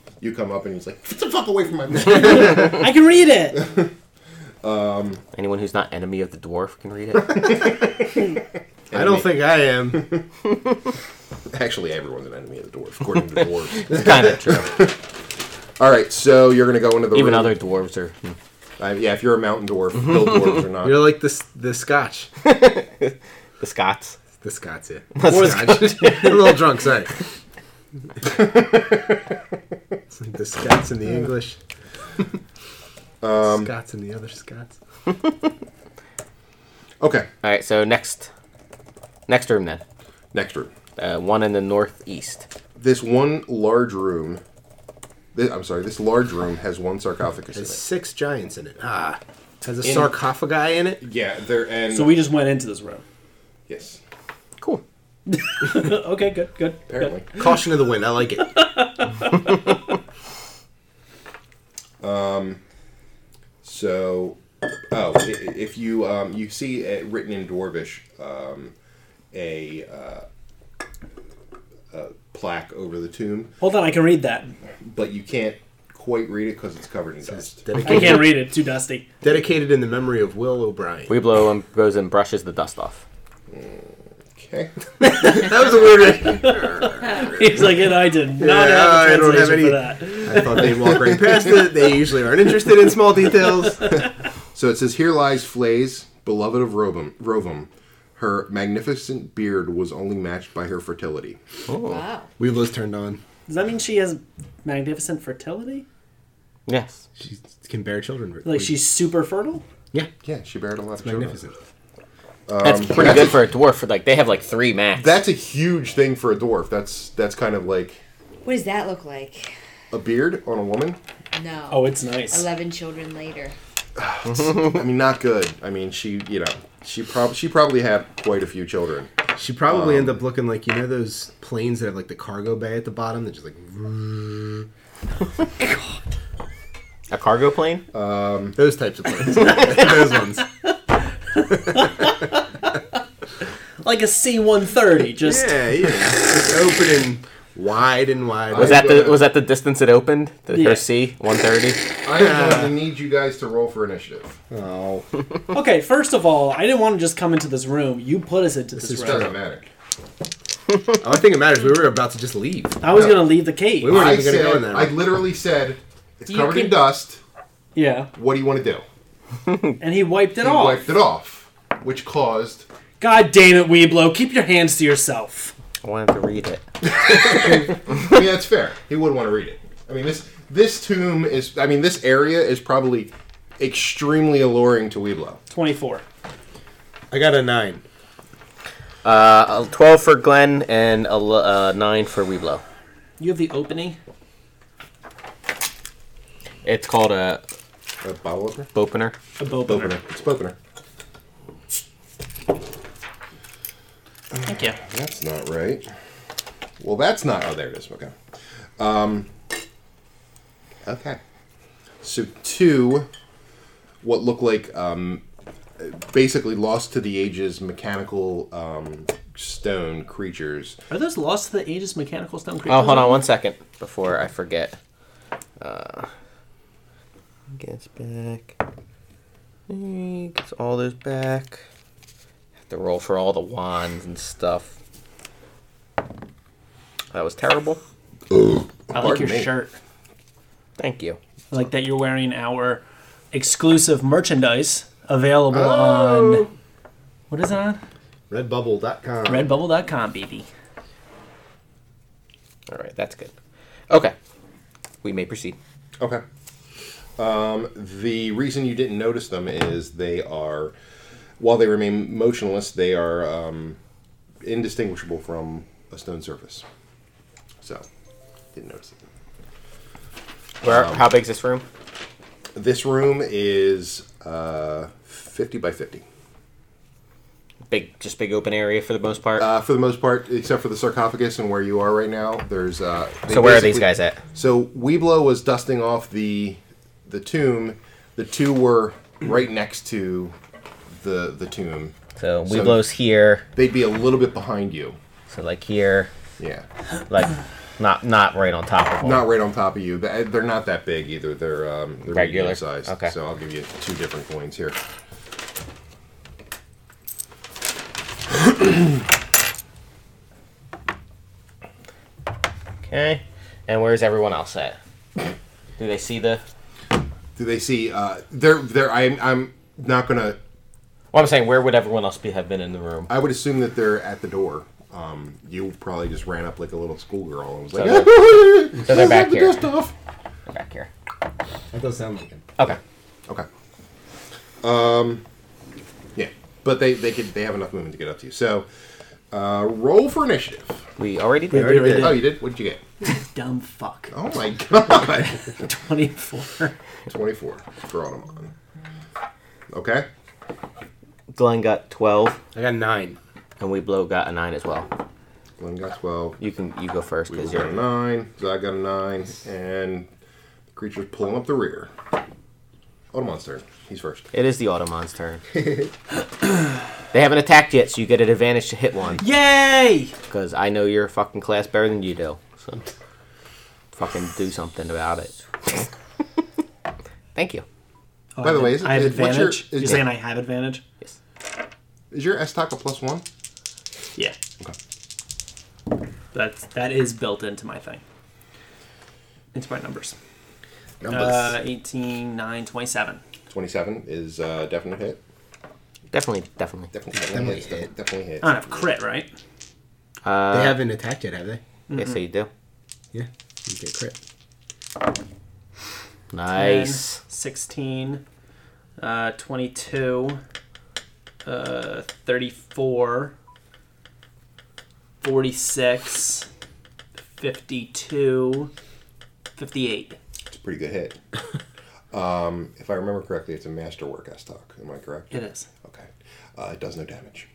Speaker 3: <laughs> you come up and he's like, "Get the fuck away
Speaker 2: <laughs>
Speaker 3: from my man!"
Speaker 4: I can read it.
Speaker 2: Anyone who's not enemy of the dwarf can read <laughs> it.
Speaker 5: I don't think I am.
Speaker 3: Actually, everyone's an enemy of the dwarf, <laughs> according to the dwarves.
Speaker 2: it's kind of true.
Speaker 3: All right, so you're gonna go into the
Speaker 2: Even
Speaker 3: room.
Speaker 2: other dwarves are. hmm.
Speaker 3: Uh, yeah, if you're a mountain dwarf,
Speaker 4: Mm-hmm.
Speaker 3: build dwarves or
Speaker 4: <laughs>
Speaker 3: not.
Speaker 5: You're like the the <laughs> Scotch.
Speaker 2: The Scots.
Speaker 5: The Scots, yeah. Scotch. <laughs> They're a little drunk, sorry. It's like the Scots and the <laughs> English. Scots and the other Scots.
Speaker 3: Okay,
Speaker 2: All right, so next, next room then.
Speaker 3: next room.
Speaker 2: Uh, one in the northeast.
Speaker 3: This one large room. This, I'm sorry. This large room has one sarcophagus
Speaker 5: There's
Speaker 3: in
Speaker 5: six giants in it. Ah. Has a sarcophagi in it?
Speaker 3: it. Yeah, there and
Speaker 4: So we just went into this room.
Speaker 3: yes,
Speaker 2: Cool.
Speaker 4: Uh, okay, good, good.
Speaker 3: apparently.
Speaker 5: Caution to the wind. I like <laughs> it.
Speaker 3: So, oh, i- i- if you um, you see it written in Dwarvish, um, a, uh, a plaque over the tomb,
Speaker 4: Hold on, I can read that.
Speaker 3: but you can't quite read it because it's covered in dust.
Speaker 4: I
Speaker 5: Dedicated,
Speaker 4: can't read it. Too dusty. <laughs>
Speaker 5: dedicated in the memory of Will O'Brien.
Speaker 2: Weeblo and goes and brushes the dust off.
Speaker 3: Okay.
Speaker 5: That was a <laughs> weird.
Speaker 4: He's like, and I did not
Speaker 5: Yeah,
Speaker 4: have
Speaker 5: I
Speaker 4: a
Speaker 5: don't have
Speaker 4: translation for
Speaker 5: any-
Speaker 4: that.
Speaker 5: I thought they'd walk right past it. They usually aren't interested in small <laughs> details.
Speaker 3: So it says, "Here lies Flays, beloved of Robum. Rovum. Her magnificent beard was only matched by her fertility.
Speaker 6: Wow.
Speaker 5: Weeblo's turned on.
Speaker 4: Does that mean she has magnificent fertility?
Speaker 2: Yes.
Speaker 5: She can bear children.
Speaker 4: Like she's super fertile?
Speaker 5: yeah,
Speaker 3: Yeah, she buried a lot of
Speaker 5: magnificent.
Speaker 3: children.
Speaker 2: That's pretty good for a dwarf. Like they have like three max.
Speaker 3: That's a huge thing for a dwarf. That's that's kind of like
Speaker 6: What does that look like?
Speaker 3: a beard on a woman.
Speaker 6: No.
Speaker 4: Oh, it's nice.
Speaker 6: Eleven children later.
Speaker 3: I mean, not good. I mean, she, you know, she probably she probably had quite a few children.
Speaker 6: Ah.
Speaker 5: She probably end up looking like you know those planes that have like the cargo bay at the bottom that just like
Speaker 2: a cargo plane.
Speaker 5: those types of <laughs> planes. those ones.
Speaker 4: Like a C one thirty, just
Speaker 5: Yeah, yeah. Just opening wide and wide.
Speaker 2: was that the was that the distance it opened? The
Speaker 4: Yeah.
Speaker 2: her C one thirty.
Speaker 3: I am going to need you guys to roll for initiative.
Speaker 5: Oh,
Speaker 4: Okay, first of all, I didn't want to just come into this room. You put us into this,
Speaker 5: is
Speaker 4: room.
Speaker 3: Doesn't matter.
Speaker 5: I think it matters. We were about to just leave.
Speaker 4: I was gonna leave the cave.
Speaker 5: We weren't
Speaker 3: I
Speaker 5: even going to go
Speaker 3: said,
Speaker 5: in there.
Speaker 3: I literally said, it's
Speaker 6: You
Speaker 3: covered in
Speaker 6: can-
Speaker 3: dust.
Speaker 4: Yeah,
Speaker 3: What do you want to do?
Speaker 4: and he wiped it
Speaker 3: He
Speaker 4: off.
Speaker 3: wiped it off, which caused
Speaker 4: God damn it, Weeblo! Keep your hands to yourself.
Speaker 2: I wanted to read it.
Speaker 3: I mean, that's fair. He would want to read it. I mean, this this tomb is. I mean, this area is probably extremely alluring to Weeblo.
Speaker 4: Twenty four.
Speaker 5: I got a nine.
Speaker 2: Uh, Twelve for Glenn and a l- uh, nine for Weeblo.
Speaker 4: You have the opening.
Speaker 2: It's called a
Speaker 3: A bottle opener.
Speaker 2: opener.
Speaker 4: A boba.
Speaker 3: Opener. It's an opener.
Speaker 4: Thank you.
Speaker 3: That's not right. Well, that's not. Oh, there it is. Okay. Um. Okay. So two, what look like um, basically lost to the ages mechanical um stone creatures.
Speaker 4: Are those lost to the ages mechanical stone creatures?
Speaker 2: Oh, hold on one second before I forget. Uh, gets back. Eh, Gets all those back. Have to roll for all the wands and stuff. That was terrible.
Speaker 4: I like
Speaker 3: Pardon
Speaker 4: your
Speaker 3: me.
Speaker 4: shirt.
Speaker 2: Thank you.
Speaker 4: I like that you're wearing our exclusive merchandise available
Speaker 3: Oh.
Speaker 4: on. What is it on?
Speaker 5: Redbubble.com.
Speaker 4: Redbubble.com, baby.
Speaker 2: All right, that's good. Okay, we may proceed.
Speaker 3: Okay. Um, the reason you didn't notice them is they are, while they remain motionless, they are um, indistinguishable from a stone surface. So, didn't notice it.
Speaker 2: Where? Um, how big's this room?
Speaker 3: This room is uh, 50 by 50.
Speaker 2: Big, just big open area for the most part.
Speaker 3: Uh, for the most part, except for the sarcophagus and where you are right now, there's. Uh, they
Speaker 2: so where are
Speaker 3: basically-
Speaker 2: these guys at?
Speaker 3: So Weeblo was dusting off the the tomb. The two were right next to the the tomb.
Speaker 2: So Weeblow's here.
Speaker 3: They'd be a little bit behind you.
Speaker 2: So like here,
Speaker 3: Yeah,
Speaker 2: like not not right on top of them.
Speaker 3: not right on top of you. They- They're not that big either. They're um, they're
Speaker 2: Regular?
Speaker 3: regular size.
Speaker 2: Okay.
Speaker 3: So I'll give you two different coins here.
Speaker 2: Okay. And where's everyone else at? Do they see the
Speaker 3: Do they see? Uh, they're they're. I'm I'm not gonna.
Speaker 2: Well, I'm saying, where would everyone else be have been in the room?
Speaker 3: I would assume that they're at the door. Um, you probably just ran up like a little schoolgirl and was like,
Speaker 2: they're- So they're back
Speaker 3: the
Speaker 2: here.
Speaker 3: dust off.
Speaker 2: They're back here.
Speaker 5: That does sound like it.
Speaker 2: Okay.
Speaker 3: Okay. Um, yeah, but they they could they have enough movement to get up to you. So, uh, roll for initiative.
Speaker 2: We already did.
Speaker 4: already did.
Speaker 3: Oh, you did. What did you get?
Speaker 4: Dumb fuck.
Speaker 3: Oh my <laughs> god.
Speaker 4: 24.
Speaker 3: Twenty-four for Automon. Okay.
Speaker 2: Glenn got 12,
Speaker 5: I got nine.
Speaker 2: and we blow got a 9 as well.
Speaker 3: Glenn got twelve.
Speaker 2: You can you go first
Speaker 3: We
Speaker 2: because
Speaker 3: got a
Speaker 2: you're.
Speaker 3: nine. Zod got a nine, and the creature's pulling up the rear. Automon's turn. He's first.
Speaker 2: It is the Automon's
Speaker 4: <laughs>
Speaker 2: turn. they haven't attacked yet, so you get an advantage to hit one
Speaker 4: Yay!
Speaker 2: because I know your fucking class better than you do. So fucking do something about it. <laughs> Thank you.
Speaker 4: Oh,
Speaker 3: By
Speaker 4: I
Speaker 3: the
Speaker 4: have-
Speaker 3: way, is-
Speaker 4: I have
Speaker 3: is- what's
Speaker 4: advantage.
Speaker 3: your- is-
Speaker 4: You're saying I have advantage?
Speaker 2: Yes.
Speaker 3: Is your S taco plus one?
Speaker 4: Yeah.
Speaker 3: Okay.
Speaker 4: That's that is built into my thing. Into my numbers. Uh, 18, 9, 27.
Speaker 3: Twenty-seven is uh, definite hit.
Speaker 2: Definitely, definitely.
Speaker 3: Definitely,
Speaker 5: Definitely
Speaker 3: hits, def-
Speaker 5: hit.
Speaker 3: Definitely hit.
Speaker 4: I don't have Ah, crit, right?
Speaker 5: they
Speaker 2: Uh,
Speaker 5: haven't attacked yet, have they?
Speaker 4: Mm-hmm.
Speaker 2: yes, so you do.
Speaker 5: Yeah. You get crit.
Speaker 2: Nice.
Speaker 4: 10, 16, uh, 22, uh, 34, 46, 52, 58.
Speaker 3: It's a pretty good
Speaker 5: <laughs>
Speaker 3: hit. um, if I remember correctly, it's a masterwork S talk. Am I correct?
Speaker 4: It is.
Speaker 3: Okay. Uh, it does no damage.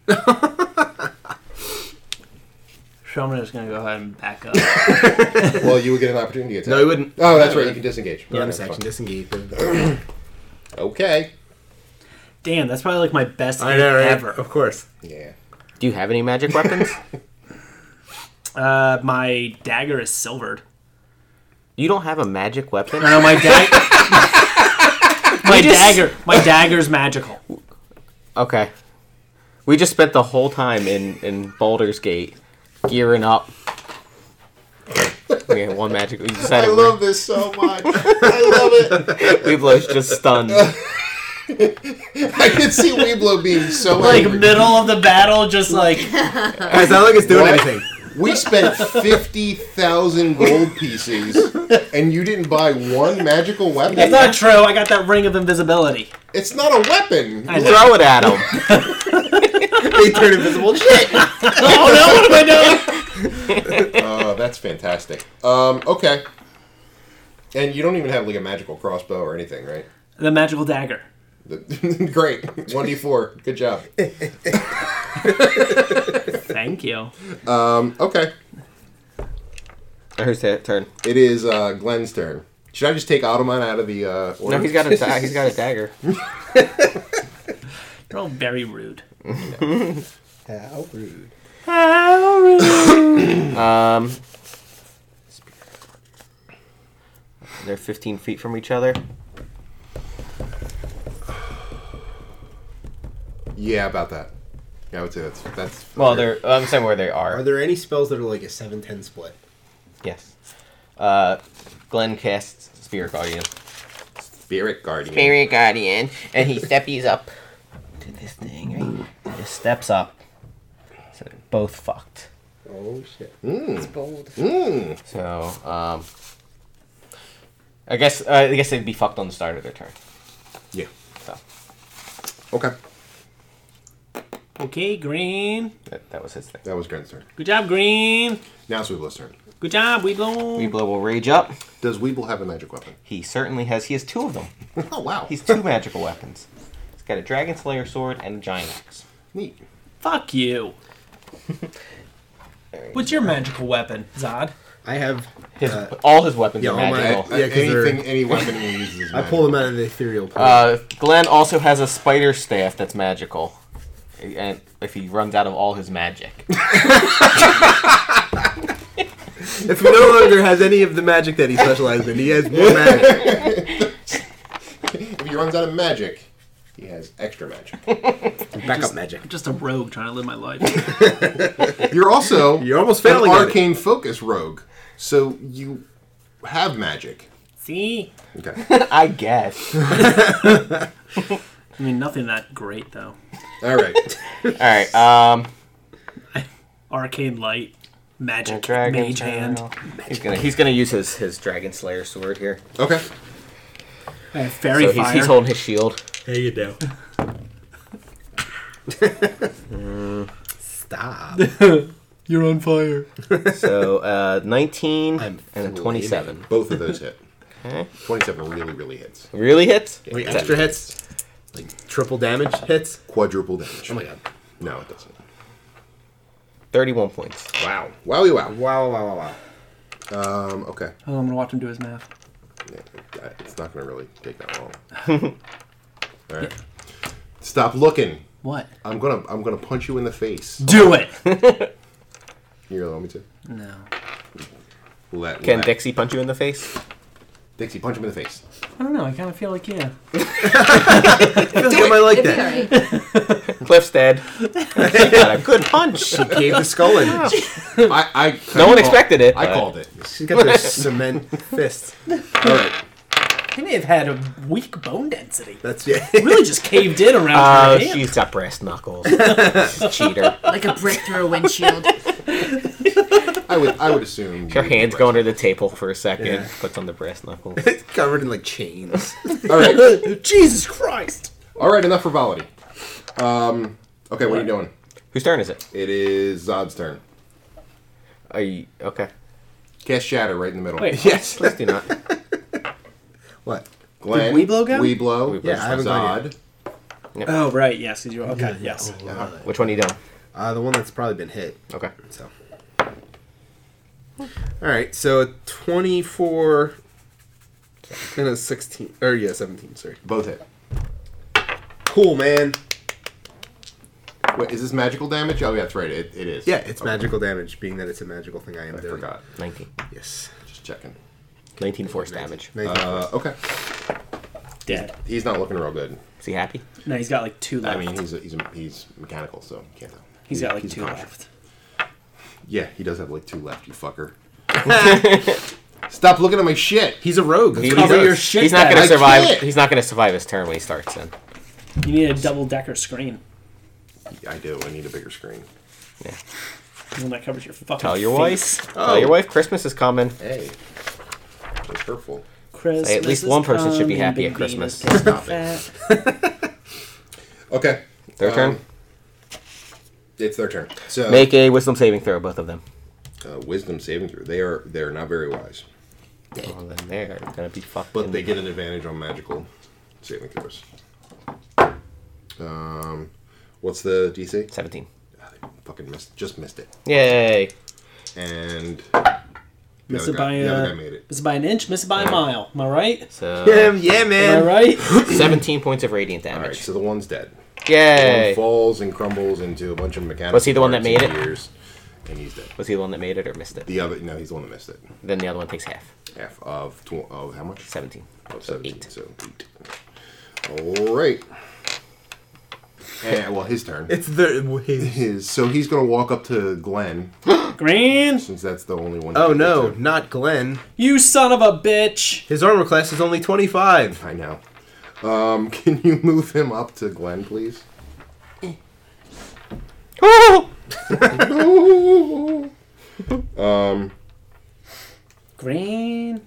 Speaker 4: Showman is going to go ahead and back <laughs> up.
Speaker 3: well, you would get an opportunity attack.
Speaker 5: <laughs> No, he wouldn't.
Speaker 3: Oh, that's right. You can disengage.
Speaker 5: Bonus
Speaker 3: Okay,
Speaker 5: action,
Speaker 3: that's
Speaker 5: disengage.
Speaker 3: fine. Okay.
Speaker 4: Damn, that's probably like my best
Speaker 5: I know, right?
Speaker 4: ever.
Speaker 5: Of <laughs> course.
Speaker 3: Yeah.
Speaker 2: Do you have any magic weapons?
Speaker 3: <laughs>
Speaker 4: Uh, my dagger is silvered.
Speaker 2: you don't have a magic weapon?
Speaker 4: No, <laughs> my dagger. my
Speaker 2: We just-
Speaker 4: dagger. My dagger's magical.
Speaker 2: Okay. We just spent the whole time in, in Baldur's Gate gearing up. We had one magic. We
Speaker 3: I
Speaker 2: decided
Speaker 3: love this so much. I love it.
Speaker 2: Weeblo's just stunned.
Speaker 3: I can see Weeblo being so
Speaker 4: Like
Speaker 3: angry.
Speaker 4: middle of the battle, just like
Speaker 5: Guys, not like it's doing
Speaker 3: What?
Speaker 5: anything. <laughs>
Speaker 3: We spent 50,000 gold pieces and you didn't buy one magical weapon?
Speaker 4: that's not true. I got that ring of invisibility. <laughs>
Speaker 3: it's not a weapon.
Speaker 4: I know.
Speaker 2: Throw it at <laughs> him.
Speaker 5: they turn invisible. Shit.
Speaker 4: oh no! What am I doing?
Speaker 3: Oh, that's fantastic. Um, okay. And you don't even have like a magical crossbow or anything, right?
Speaker 4: <laughs> The magical dagger.
Speaker 3: The- <laughs> Great. 1d4. Good job.
Speaker 4: Thank you.
Speaker 3: Um, okay.
Speaker 2: Who's that turn?
Speaker 3: It is uh, Glenn's turn. Should I just take Ottoman out of the uh, order?
Speaker 2: No, he's got a da- he's got a dagger.
Speaker 4: You're all very rude.
Speaker 5: How rude.
Speaker 2: Um, they're 15 feet from each other.
Speaker 3: Yeah, about that. Yeah, I would say that's. that's
Speaker 2: Well, they're I'm saying where they
Speaker 5: Are
Speaker 2: are.
Speaker 5: there any spells that are like a 7 10 split?
Speaker 2: Yes. Uh, Glenn casts Spirit Guardian.
Speaker 3: Spirit Guardian.
Speaker 2: Spirit Guardian, and he steppies up to this thing. Right? He just steps up. So they're both fucked.
Speaker 5: Oh, shit.
Speaker 6: It's <laughs> bold.
Speaker 3: Mm.
Speaker 2: So, um, I guess uh, I guess they'd be fucked on the start of their turn.
Speaker 3: Yeah.
Speaker 2: So
Speaker 3: Okay.
Speaker 4: Okay, Green.
Speaker 2: that, that was his thing.
Speaker 3: That was Glenn's turn.
Speaker 4: Good job, Green.
Speaker 3: Now it's Weeble's turn.
Speaker 4: Good job, Weeblow.
Speaker 2: Weeblo will rage up.
Speaker 3: Does Weeble have a magic weapon? <laughs>
Speaker 2: He certainly has. He has two of them.
Speaker 3: Oh, wow.
Speaker 2: He's two <laughs> magical weapons. He's got a dragon slayer sword and a giant axe.
Speaker 3: neat.
Speaker 4: Fuck <laughs> you. What's your magical weapon, Zod?
Speaker 5: I have.
Speaker 2: His,
Speaker 5: Uh,
Speaker 2: all his weapons
Speaker 5: yeah,
Speaker 2: are
Speaker 5: all my-
Speaker 2: magical.
Speaker 5: Yeah, 'cause they're-
Speaker 3: Uh, anything, any weapon he uses is
Speaker 5: <laughs> I
Speaker 3: magical.
Speaker 5: pulled them out of the ethereal plane.
Speaker 2: Uh, Glenn also has a spider staff that's magical, and if he runs out of all his
Speaker 5: <laughs>
Speaker 2: magic,
Speaker 5: if he no longer has any of the magic
Speaker 3: <laughs>
Speaker 5: that he specializes in, he has more magic.
Speaker 3: If he runs out of magic, he has extra magic.
Speaker 2: <laughs>
Speaker 5: Backup magic.
Speaker 4: I'm just a rogue trying to live my life.
Speaker 3: You're also
Speaker 5: <laughs> You're almost
Speaker 3: an
Speaker 5: failing. at it.
Speaker 3: arcane focus rogue, so you have magic.
Speaker 4: <laughs> See?
Speaker 3: Okay.
Speaker 2: I guess. All
Speaker 4: I mean, nothing that great, though.
Speaker 3: All
Speaker 2: <laughs>
Speaker 3: right.
Speaker 2: right. Um.
Speaker 4: Arcane light, magic,
Speaker 2: Dragon
Speaker 4: mage hand.
Speaker 2: Tail. He's gonna he's gonna use his his dragon slayer sword here.
Speaker 3: Okay.
Speaker 4: I have fairy
Speaker 2: So
Speaker 4: fire.
Speaker 2: he's, he's holding his shield.
Speaker 7: There you <laughs> go.
Speaker 5: Stop.
Speaker 7: <laughs> You're on fire.
Speaker 5: <laughs>
Speaker 2: So uh, 19
Speaker 5: I'm
Speaker 2: and a 27.
Speaker 3: Both of those hit.
Speaker 2: Okay.
Speaker 3: 27 really, really hits.
Speaker 2: Really hits?
Speaker 5: Wait, extra hits? Like triple damage hits?
Speaker 3: Quadruple damage.
Speaker 5: Oh my god.
Speaker 3: No, it doesn't.
Speaker 2: 31 points.
Speaker 3: Wow. Wowie wow.
Speaker 5: Wow, wow, wow, wow.
Speaker 3: Um, okay.
Speaker 4: Oh, I'm gonna watch him do his math.
Speaker 3: Yeah, It's not going to really take that long. All right. Stop looking.
Speaker 4: What?
Speaker 3: I'm going to I'm gonna punch you in the face.
Speaker 4: Do it.
Speaker 3: You allow me to?
Speaker 4: no.
Speaker 3: Let,
Speaker 2: Can
Speaker 3: let-
Speaker 2: Dixie punch you in the face?
Speaker 3: Dixie punch him in the face.
Speaker 4: I don't know. I kind of feel like yeah.
Speaker 5: I feel like I might like that.
Speaker 6: Alright.
Speaker 2: Cliff's
Speaker 5: <laughs>
Speaker 2: dead. She got a good punch.
Speaker 5: She gave the skull in.
Speaker 3: I, I
Speaker 2: No
Speaker 3: I call-
Speaker 2: one expected it,
Speaker 3: I
Speaker 2: but-
Speaker 3: called it.
Speaker 5: <laughs> She's
Speaker 3: <laughs>
Speaker 5: got those cement fists.
Speaker 3: All right.
Speaker 4: He may have had a weak bone density.
Speaker 5: That's yeah.
Speaker 4: Really just caved in around
Speaker 2: Uh,
Speaker 4: her hand.
Speaker 2: she's got brass
Speaker 5: <laughs>
Speaker 2: knuckles. Cheater.
Speaker 6: like a brick through a <laughs> windshield.
Speaker 3: I would I would assume
Speaker 2: Her
Speaker 3: you-
Speaker 2: hands go under the table for a second,
Speaker 5: Yeah.
Speaker 2: puts on the brass knuckles.
Speaker 5: It's <laughs> covered in like <laughs> chains.
Speaker 3: All right.
Speaker 4: Jesus Christ.
Speaker 3: All right. Enough frivolity. Um. Okay. What are you doing?
Speaker 2: Whose turn is it?
Speaker 3: It is Zod's turn.
Speaker 2: Are you okay?
Speaker 3: Cast Shatter right in the middle.
Speaker 4: Wait.
Speaker 5: yes.
Speaker 2: Please do not.
Speaker 5: <laughs> What?
Speaker 3: Glenn,
Speaker 5: Did we blow go?
Speaker 3: We blow.
Speaker 2: Yeah,
Speaker 5: I haven't gone
Speaker 3: Zod.
Speaker 4: Oh right, yes. Did you? Okay, yes.
Speaker 2: Which one are you doing?
Speaker 5: Uh, the one that's probably been hit.
Speaker 2: Okay.
Speaker 5: So. All right. So a twenty-four and a sixteen, or yeah, seventeen. Sorry.
Speaker 3: Both hit.
Speaker 5: Cool, man.
Speaker 3: Wait, is this magical damage? Oh, yeah, that's right. It, it is.
Speaker 5: Yeah, it's
Speaker 3: Okay.
Speaker 5: magical damage, being that it's a magical thing. I am
Speaker 3: I
Speaker 5: doing.
Speaker 3: forgot.
Speaker 2: 19.
Speaker 5: Yes.
Speaker 3: Just checking.
Speaker 2: 19 force damage.
Speaker 5: Nice.
Speaker 3: Uh, okay.
Speaker 4: Dead.
Speaker 3: He's not looking real good.
Speaker 2: Is he happy?
Speaker 4: No, he's got like two
Speaker 3: I
Speaker 4: left.
Speaker 3: mean, he's a, he's a, he's mechanical, so you can't tell.
Speaker 4: he's got like
Speaker 3: he's
Speaker 4: two
Speaker 3: conscious.
Speaker 4: left.
Speaker 3: Yeah, he does have like two left. You
Speaker 4: <laughs>
Speaker 3: fucker. Stop looking at my shit.
Speaker 5: He's a rogue. That's
Speaker 2: He-
Speaker 5: what he
Speaker 4: Cover
Speaker 5: does.
Speaker 4: your shit.
Speaker 2: he's not
Speaker 4: then.
Speaker 2: gonna
Speaker 3: I
Speaker 2: survive.
Speaker 3: can't.
Speaker 2: He's not gonna survive his turn when he starts. Then
Speaker 4: You need a double decker screen.
Speaker 3: I do. I need a bigger screen.
Speaker 4: Well, that covers your fucking.
Speaker 2: tell your
Speaker 4: face.
Speaker 2: wife.
Speaker 3: Oh.
Speaker 2: Tell Uh, your wife Christmas is coming.
Speaker 3: Hey, that's hurtful.
Speaker 4: Christmas
Speaker 2: Hey, at least
Speaker 4: is
Speaker 2: one person should be
Speaker 4: coming,
Speaker 2: happy at
Speaker 4: baby,
Speaker 2: Christmas.
Speaker 4: let's
Speaker 3: Stop
Speaker 4: get fat.
Speaker 3: Okay,
Speaker 2: Their
Speaker 3: Um,
Speaker 2: turn.
Speaker 3: It's their turn. So
Speaker 2: Make a wisdom saving throw, both of them.
Speaker 3: uh, wisdom saving throw. They are they are not very wise,
Speaker 2: Well, Oh, then they're gonna be fucked.
Speaker 3: but they get an advantage on magical saving throws. Um, what's the DC?
Speaker 2: seventeen.
Speaker 3: Ah, they fucking missed. Just missed it.
Speaker 2: Yay!
Speaker 3: And
Speaker 4: Miss
Speaker 3: the other
Speaker 4: it by
Speaker 3: guy- the other guy
Speaker 4: uh,
Speaker 3: made it.
Speaker 4: miss it by an inch, miss it by a mile. Am I right?
Speaker 2: So
Speaker 5: Damn, yeah,
Speaker 4: Am I
Speaker 5: man.
Speaker 4: right? <gasps>
Speaker 2: seventeen points of radiant
Speaker 3: All right,
Speaker 2: damage.
Speaker 3: so the one's dead. One
Speaker 2: Yay!
Speaker 3: falls and crumbles into a bunch of mechanical.
Speaker 2: Was he the one that
Speaker 3: parts
Speaker 2: made
Speaker 3: and
Speaker 2: it?
Speaker 3: gears, and he's dead.
Speaker 2: Was he the one that made it or missed it?
Speaker 3: The other, no, he's the one that missed it.
Speaker 2: Then the other one takes half.
Speaker 3: Half of tw- of how much?
Speaker 2: Seventeen.
Speaker 3: Of
Speaker 2: So
Speaker 3: 17,
Speaker 2: eight.
Speaker 3: so eight. All right. And, well, his turn.
Speaker 5: It's the.
Speaker 3: <laughs>
Speaker 5: His.
Speaker 3: His, so he's gonna walk up to Glenn,
Speaker 4: Green,
Speaker 3: since that's the only one. he
Speaker 5: Oh
Speaker 8: <laughs>
Speaker 3: can get
Speaker 5: no,
Speaker 3: to.
Speaker 5: not Glenn.
Speaker 4: you son of a bitch.
Speaker 5: His armor class is
Speaker 3: <laughs>
Speaker 5: only twenty-five.
Speaker 3: I know. Um, <laughs> can you move him up to Glenn, please?
Speaker 4: Green.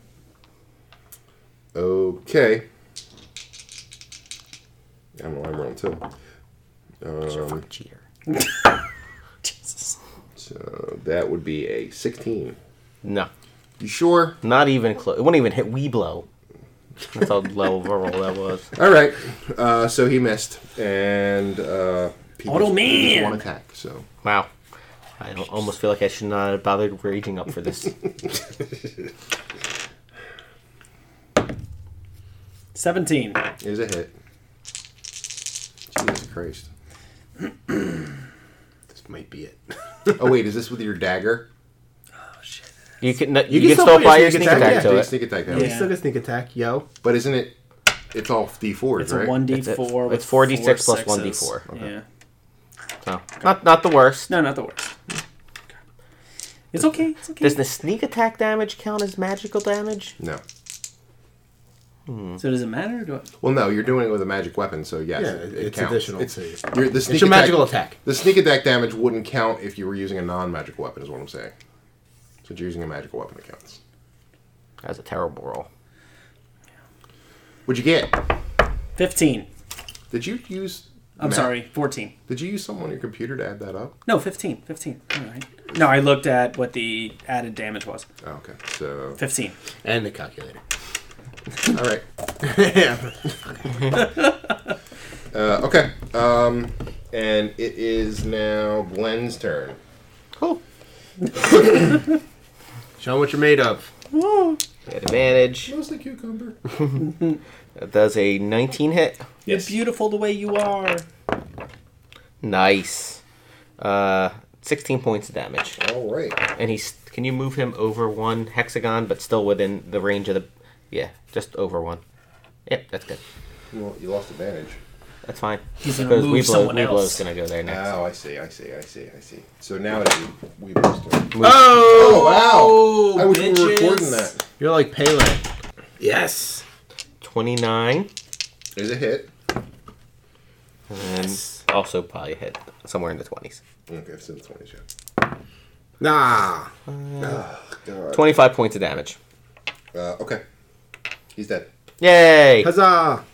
Speaker 3: Okay. I don't know. why I'm rolling two. Um,
Speaker 2: Cheater.
Speaker 4: Jesus.
Speaker 3: so that would be a 16.
Speaker 2: No,
Speaker 3: You sure?
Speaker 2: not even close. It wouldn't even hit Weeblow. That's how low of a roll that was.
Speaker 3: All right. Uh, so he missed, and uh, he
Speaker 4: Auto
Speaker 3: gets- he gets
Speaker 4: man.
Speaker 3: one attack. So
Speaker 2: Wow. I al- almost feel like I should not have bothered raging up for this.
Speaker 4: Seventeen.
Speaker 3: it is a hit. Jesus Christ.
Speaker 5: This might
Speaker 8: <laughs>
Speaker 5: be it.
Speaker 3: Oh wait, is this with your dagger?
Speaker 2: You can no, you,
Speaker 5: can
Speaker 2: can
Speaker 5: still
Speaker 2: still
Speaker 5: play
Speaker 2: buy
Speaker 5: a
Speaker 2: your
Speaker 5: sneak
Speaker 2: sneak
Speaker 5: attack,
Speaker 2: attack
Speaker 5: yeah,
Speaker 2: to
Speaker 3: Do
Speaker 2: it.
Speaker 3: a sneak attack that
Speaker 5: He
Speaker 3: way.
Speaker 4: Yeah.
Speaker 5: still gets sneak attack, yo.
Speaker 3: But isn't it? It's all D4s,
Speaker 4: It's
Speaker 3: right?
Speaker 4: a one d
Speaker 2: It's a-
Speaker 4: four.
Speaker 2: it's 4d6 plus 1d4.
Speaker 4: Yeah.
Speaker 2: No, not not the worst.
Speaker 4: No, not the worst. It's okay. It's okay.
Speaker 2: Does the sneak attack damage count as magical damage?
Speaker 3: No.
Speaker 9: So does it matter? Or do I...
Speaker 3: Well, no, you're doing it with a magic weapon, so yes,
Speaker 8: Yeah,
Speaker 3: it, it
Speaker 8: it's
Speaker 3: counts.
Speaker 8: additional
Speaker 3: It's,
Speaker 8: to.
Speaker 3: you're- the
Speaker 8: It's
Speaker 3: sneak
Speaker 8: your
Speaker 3: attack-
Speaker 8: magical attack.
Speaker 3: The sneak attack damage wouldn't count if you were using a non-magic weapon, is what I'm saying. Since you're using a magical weapon, it counts.
Speaker 2: That's a terrible roll.
Speaker 3: What'd you get?
Speaker 4: Fifteen.
Speaker 3: Did you use?
Speaker 9: I'm
Speaker 3: ma-
Speaker 9: sorry, 14.
Speaker 3: Did you use something on your computer to add that up?
Speaker 9: No, 15. 15. All right. No, I looked at what the added damage was.
Speaker 3: Oh, okay. So
Speaker 9: 15.
Speaker 8: And the calculator.
Speaker 3: all right. <laughs>
Speaker 8: yeah.
Speaker 3: Uh, okay. Um, and it is now Blen's turn.
Speaker 8: Cool. Show 'em what you're made of.
Speaker 2: Advantage.
Speaker 3: Mostly cucumber.
Speaker 2: That does a 19 hit.
Speaker 3: Yes.
Speaker 4: You're beautiful the way you are.
Speaker 2: Nice. Uh, 16 points of damage.
Speaker 3: All right.
Speaker 2: And he's. Can you move him over one hexagon, but still within the range of the. Yeah, just over one. Yep, that's good.
Speaker 3: Well, you lost advantage.
Speaker 2: That's fine.
Speaker 4: He's gonna
Speaker 2: Because Weeblow-
Speaker 4: move someone
Speaker 2: Weeblow's
Speaker 4: else.
Speaker 2: gonna go there next.
Speaker 3: Oh, I see. I see. I see. I see. So now it is Weevil's turn.
Speaker 8: Oh!
Speaker 3: Oh wow! I wish we were recording that.
Speaker 8: You're like Pele. Yes.
Speaker 2: 29.
Speaker 3: Is it hit?
Speaker 2: And also probably hit somewhere in the 20s.
Speaker 3: Okay, it's in the twenties. Yeah.
Speaker 8: Nah.
Speaker 3: God.
Speaker 2: 25 points of damage.
Speaker 3: Uh, okay. He's dead.
Speaker 2: Yay!
Speaker 8: Huzzah.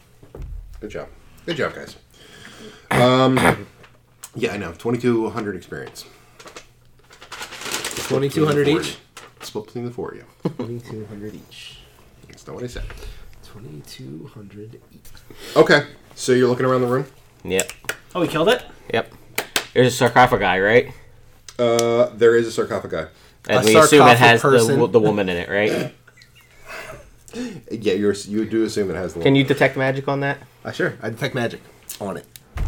Speaker 3: Good job. Good job, guys. Um, <coughs> yeah, I know. Twenty two hundred experience.
Speaker 8: 2200 each.
Speaker 3: Split between the four of you.
Speaker 8: 2200 each.
Speaker 3: <laughs> That's not what I said.
Speaker 8: 2200 each.
Speaker 3: Okay. So you're looking around the room.
Speaker 2: Yep.
Speaker 4: Oh, he killed it.
Speaker 2: Yep. There's a sarcophagi, right?
Speaker 3: Uh, there is a sarcophagi.
Speaker 2: And
Speaker 8: A
Speaker 2: we assume it
Speaker 8: sarcophagus
Speaker 2: has the,
Speaker 8: person.
Speaker 2: wo- the woman in
Speaker 8: <coughs>
Speaker 2: it, right?
Speaker 3: Yeah, you're, you do assume it has the
Speaker 2: Can you detect magic on that?
Speaker 8: Uh, sure. I detect magic on it.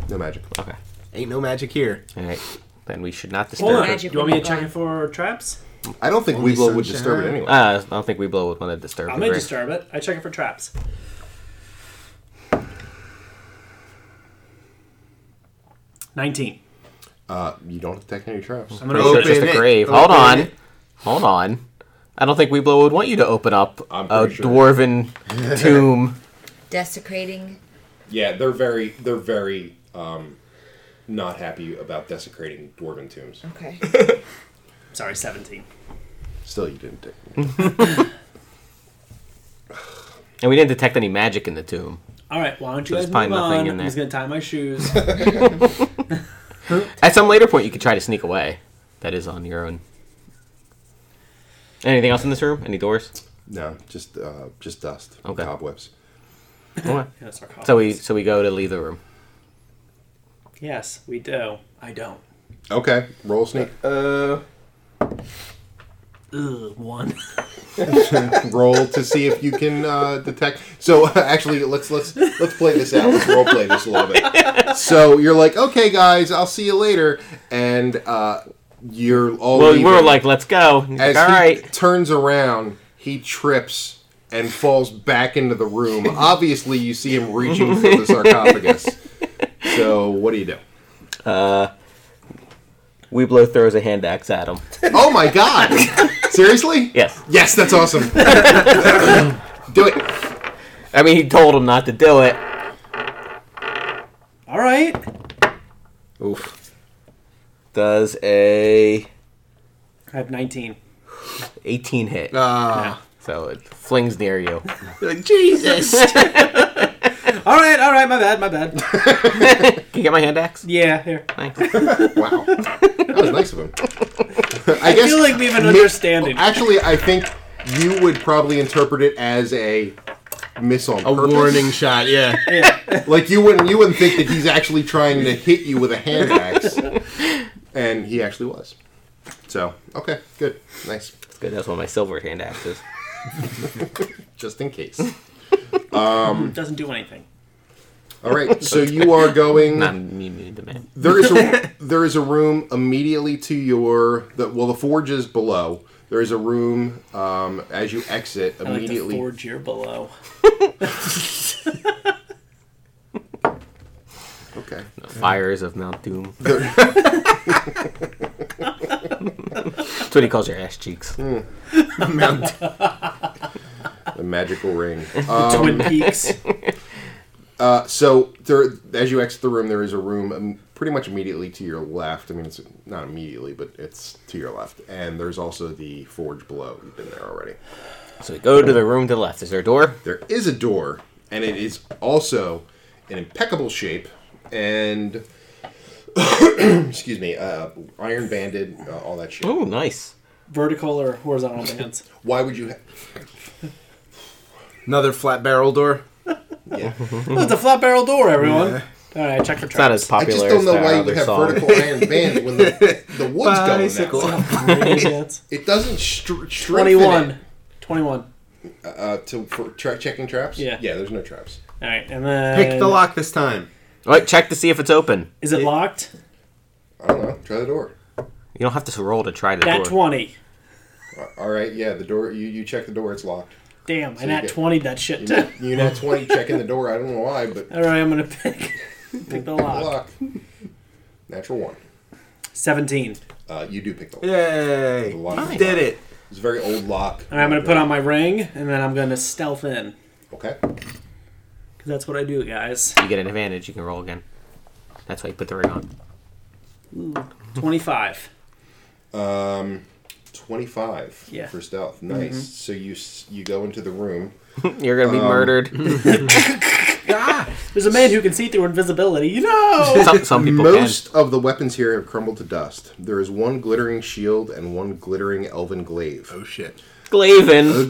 Speaker 3: no magic.
Speaker 2: Okay.
Speaker 8: Ain't no magic here.
Speaker 2: All right. Then we should not
Speaker 4: Hold on.
Speaker 2: disturb it.
Speaker 6: Magic
Speaker 4: Do you want me to
Speaker 6: when you're
Speaker 4: check it for traps?
Speaker 3: I don't think
Speaker 8: Only
Speaker 3: Weevil would disturb it
Speaker 8: sunshine.
Speaker 3: anyway.
Speaker 2: Uh, I don't think Weeblow would want to disturb
Speaker 4: I
Speaker 2: it.
Speaker 4: may
Speaker 2: right?
Speaker 4: disturb it. I check it for traps. Nineteen.
Speaker 3: Uh, you don't detect any traps.
Speaker 8: I'm
Speaker 2: Pretty
Speaker 8: gonna
Speaker 2: sure it's just
Speaker 8: it.
Speaker 2: a grave.
Speaker 8: Open
Speaker 2: Hold on.
Speaker 8: it.
Speaker 2: Hold on. I don't think Weeblow would want you to open up
Speaker 3: I'm
Speaker 2: a
Speaker 3: pretty sure. <laughs>
Speaker 2: dwarven tomb.
Speaker 6: Desecrating.
Speaker 3: Yeah, they're very they're very um, not happy about desecrating dwarven tombs.
Speaker 6: Okay.
Speaker 4: Sorry, seventeen.
Speaker 3: Still, you didn't take.
Speaker 2: And we didn't detect any magic in the tomb.
Speaker 4: All right, why don't
Speaker 2: So
Speaker 4: you
Speaker 2: there's probably
Speaker 4: guys move
Speaker 2: nothing
Speaker 4: on?
Speaker 2: in there.
Speaker 4: I'm just gonna tie
Speaker 2: <laughs>
Speaker 4: my shoes.
Speaker 2: At some later point, you could try to sneak away. That is on your own. Anything else in this room? Any <clears throat> doors?
Speaker 3: No, just uh, just dust, and
Speaker 2: Okay.
Speaker 3: cobwebs.
Speaker 2: Okay.
Speaker 4: Yeah, that's our call.
Speaker 2: So we so we go to leave the room.
Speaker 4: yes, we do. I don't.
Speaker 3: Okay, roll sneak.
Speaker 5: Uh,
Speaker 4: Ugh, one.
Speaker 3: roll to see if you can uh, detect. So <laughs> actually, let's let's let's play this out. Let's role play this a little bit. So you're like, okay, guys, I'll see you later, and uh, you're all.
Speaker 2: Well, we
Speaker 3: leaving.
Speaker 2: were like, let's go. And he's
Speaker 3: as
Speaker 2: like,
Speaker 3: he
Speaker 2: All right.
Speaker 3: turns around, he trips and falls back into the room. Obviously, you see him reaching for the sarcophagus. So what do you do?
Speaker 2: Weeblow throws a hand axe at <laughs> him.
Speaker 3: Oh my god!
Speaker 2: <laughs>
Speaker 3: Seriously?
Speaker 2: Yes.
Speaker 3: Yes, that's
Speaker 2: <laughs>
Speaker 3: awesome. do it.
Speaker 2: I mean, he told him not to do it.
Speaker 4: All right.
Speaker 2: Oof. Does a
Speaker 4: I have nineteen.
Speaker 2: 18 hit.
Speaker 8: Ah.
Speaker 2: So it flings near you. <laughs>
Speaker 8: Jesus. <laughs>
Speaker 4: All right, all right. My bad, my bad. <laughs>
Speaker 2: Can you get my hand axe?
Speaker 4: Yeah, here.
Speaker 2: Thanks.
Speaker 3: Wow, that was nice of him.
Speaker 4: <laughs>
Speaker 3: I
Speaker 4: I
Speaker 3: guess.
Speaker 4: feel like we have an understanding.
Speaker 3: actually, I think you would probably interpret it as a miss on
Speaker 8: a
Speaker 3: purpose.
Speaker 8: warning shot,
Speaker 4: <laughs>
Speaker 8: yeah.
Speaker 3: Like you wouldn't, you wouldn't think that he's actually trying to hit you with a hand axe, and he actually was. So okay, good, nice,
Speaker 2: That's good. That's what my silver hand
Speaker 3: <laughs>
Speaker 2: axe is.
Speaker 3: just in case.
Speaker 4: doesn't do anything.
Speaker 3: All right, so you are going.
Speaker 2: Not immune to man.
Speaker 3: There is
Speaker 8: <laughs>
Speaker 3: a there is a room immediately to your the, well the forge is below. There is a room um, as you exit
Speaker 4: I like the
Speaker 3: immediately.
Speaker 4: forge here below.
Speaker 3: okay.
Speaker 2: The fires of
Speaker 3: <laughs>
Speaker 2: Mount Doom.
Speaker 3: There- Mm.
Speaker 2: That's what he calls your ass cheeks.
Speaker 8: Mount.
Speaker 3: the magical ring.
Speaker 2: Um.
Speaker 4: Twin Peaks. <laughs>
Speaker 3: Uh, so there, as you exit the room, there is a room um, pretty much immediately to your left. I mean, it's not immediately, but it's to your left, and there's also the forge below. You've been there already.
Speaker 2: So we go to the room to the left. Is there a door?
Speaker 3: There is a door, and it is also in impeccable shape and <coughs> excuse me, uh, iron banded, uh, all that shit.
Speaker 2: Oh, nice.
Speaker 4: Vertical or horizontal bands.
Speaker 3: Why would you? Ha-
Speaker 8: Another flat barrel door.
Speaker 3: yeah.
Speaker 4: It's a flat barrel door, everyone. All right, check for
Speaker 2: It's not
Speaker 4: traps.
Speaker 2: as
Speaker 3: I
Speaker 2: popular
Speaker 3: just don't know
Speaker 2: as
Speaker 3: why
Speaker 2: that
Speaker 3: you would
Speaker 2: other
Speaker 3: have
Speaker 2: song.
Speaker 3: vertical iron band when the, the wood's going out.
Speaker 4: It's
Speaker 3: It doesn't str- strengthen it.
Speaker 4: Twenty-one. Twenty-one.
Speaker 3: Uh, to for tra- checking traps.
Speaker 4: Yeah.
Speaker 3: Yeah. There's no traps.
Speaker 4: All right, and then
Speaker 8: Pick the lock this time.
Speaker 2: All right, check to see if it's open.
Speaker 4: Is it locked?
Speaker 3: I don't know. Try the door.
Speaker 2: You don't have to roll to try the
Speaker 4: Nat
Speaker 2: door.
Speaker 4: twenty.
Speaker 3: A- All right. Yeah. The door. You, you check the door. It's locked.
Speaker 4: Damn, I
Speaker 3: you
Speaker 4: nat
Speaker 3: get-
Speaker 4: twenty that shit. <laughs>
Speaker 3: You nat- you nat twenty checking the door. I don't know why, but
Speaker 4: All right, I'm gonna pick pick the
Speaker 3: <laughs>
Speaker 4: lock.
Speaker 3: lock. Natural one.
Speaker 4: Seventeen.
Speaker 3: Uh, you do pick the lock.
Speaker 8: Yay!
Speaker 3: The lock is
Speaker 8: Did it.
Speaker 3: It's a very old lock.
Speaker 4: All right, I'm gonna put on my ring, and then I'm gonna stealth in.
Speaker 3: Okay.
Speaker 4: Cause that's what I do, guys.
Speaker 2: You get an advantage. You can roll again. That's why you put the ring on.
Speaker 4: Twenty-five.
Speaker 3: Um, twenty-five.
Speaker 4: Yeah. Mm-hmm.
Speaker 3: For stealth. Nice. So you s- you go into the room.
Speaker 2: You're gonna be
Speaker 3: Um, <laughs>
Speaker 2: murdered.
Speaker 4: There's a man who can see through invisibility.
Speaker 8: <laughs>
Speaker 4: You know.
Speaker 2: Some, some people
Speaker 3: Most of the weapons here have crumbled to dust. There is one glittering shield and one glittering elven glaive.
Speaker 8: Oh shit.
Speaker 2: can. Glavin.
Speaker 3: The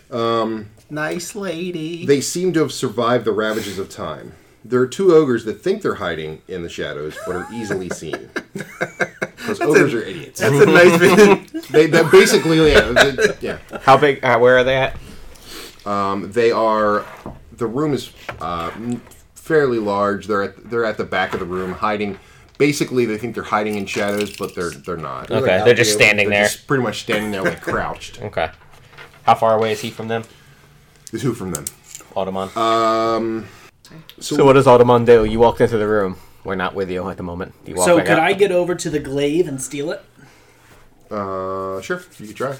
Speaker 3: glaive.
Speaker 4: <laughs>
Speaker 3: man,
Speaker 8: Nice lady.
Speaker 3: They seem to have survived the ravages of time. There are two ogres that think they're hiding in the shadows, but are
Speaker 8: <laughs>
Speaker 3: easily seen. Because ogres are idiots.
Speaker 8: That's a
Speaker 3: <laughs>
Speaker 8: nice vision.
Speaker 3: They, they're basically, yeah, they- yeah.
Speaker 2: How big? Uh, where are they at?
Speaker 3: They are. The room is uh, m- fairly large. They're at they're at the back of the room, hiding. Basically, they think they're hiding in shadows, but they're they're not.
Speaker 2: Okay, they're just standing
Speaker 3: They're
Speaker 2: there.
Speaker 3: just pretty much standing there, like
Speaker 2: <laughs>
Speaker 3: crouched.
Speaker 2: Okay. How far away is he from them?
Speaker 3: The two from them.
Speaker 2: Audemon. Um. So, what does Audemon do? You walked into the room. We're not with you at the moment. You walk
Speaker 4: so
Speaker 2: back
Speaker 4: could
Speaker 2: out.
Speaker 4: I get over to the glaive and steal it?
Speaker 3: Uh, sure, you can try.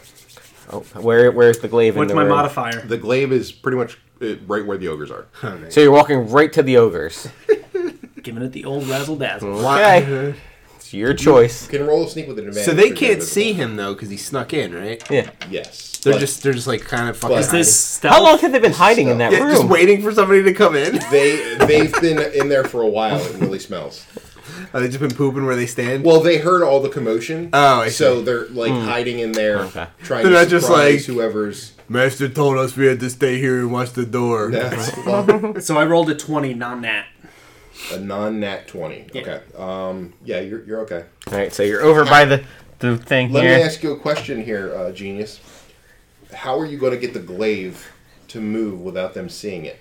Speaker 2: Oh, where? Where's the glaive? in
Speaker 9: What's
Speaker 2: the
Speaker 9: my
Speaker 2: room?
Speaker 9: modifier?
Speaker 3: The glaive is pretty much uh, right where the ogres are.
Speaker 2: So you're walking right to the ogres.
Speaker 4: Giving it the old razzle dazzle.
Speaker 2: Okay. it's your choice.
Speaker 3: Can roll a sneak with an advantage.
Speaker 8: So they
Speaker 3: if you're
Speaker 8: can't
Speaker 3: invisible.
Speaker 8: see him though, because he snuck in, right?
Speaker 2: Yeah.
Speaker 3: Yes,
Speaker 8: They're
Speaker 3: but
Speaker 8: just they're just like kind of fucking.
Speaker 3: But- Is
Speaker 4: This
Speaker 2: How
Speaker 4: stealth.
Speaker 2: long have they been hiding in that
Speaker 8: hiding. Yeah, just
Speaker 2: room?
Speaker 8: waiting for somebody to come in.
Speaker 3: they they've been in there for a while. It really smells.
Speaker 8: <laughs> Are they just been pooping where they stand?
Speaker 3: Well, they heard all the commotion.
Speaker 8: Oh, I see.
Speaker 3: so they're like hiding in there,
Speaker 2: Okay.
Speaker 3: trying
Speaker 8: They're
Speaker 3: to
Speaker 8: not just
Speaker 3: surprise
Speaker 8: like-
Speaker 3: whoever's.
Speaker 8: Master told us we had to stay here and watch the door. <laughs>
Speaker 3: That's well,
Speaker 4: So I rolled a twenty, non-nat.
Speaker 3: a non-nat twenty. Okay. Um. Yeah, you're you're okay.
Speaker 2: All right. So you're over by the the thing
Speaker 3: Let
Speaker 2: here.
Speaker 3: me ask you a question here, uh, genius. How are you going to get the glaive to move without them seeing it?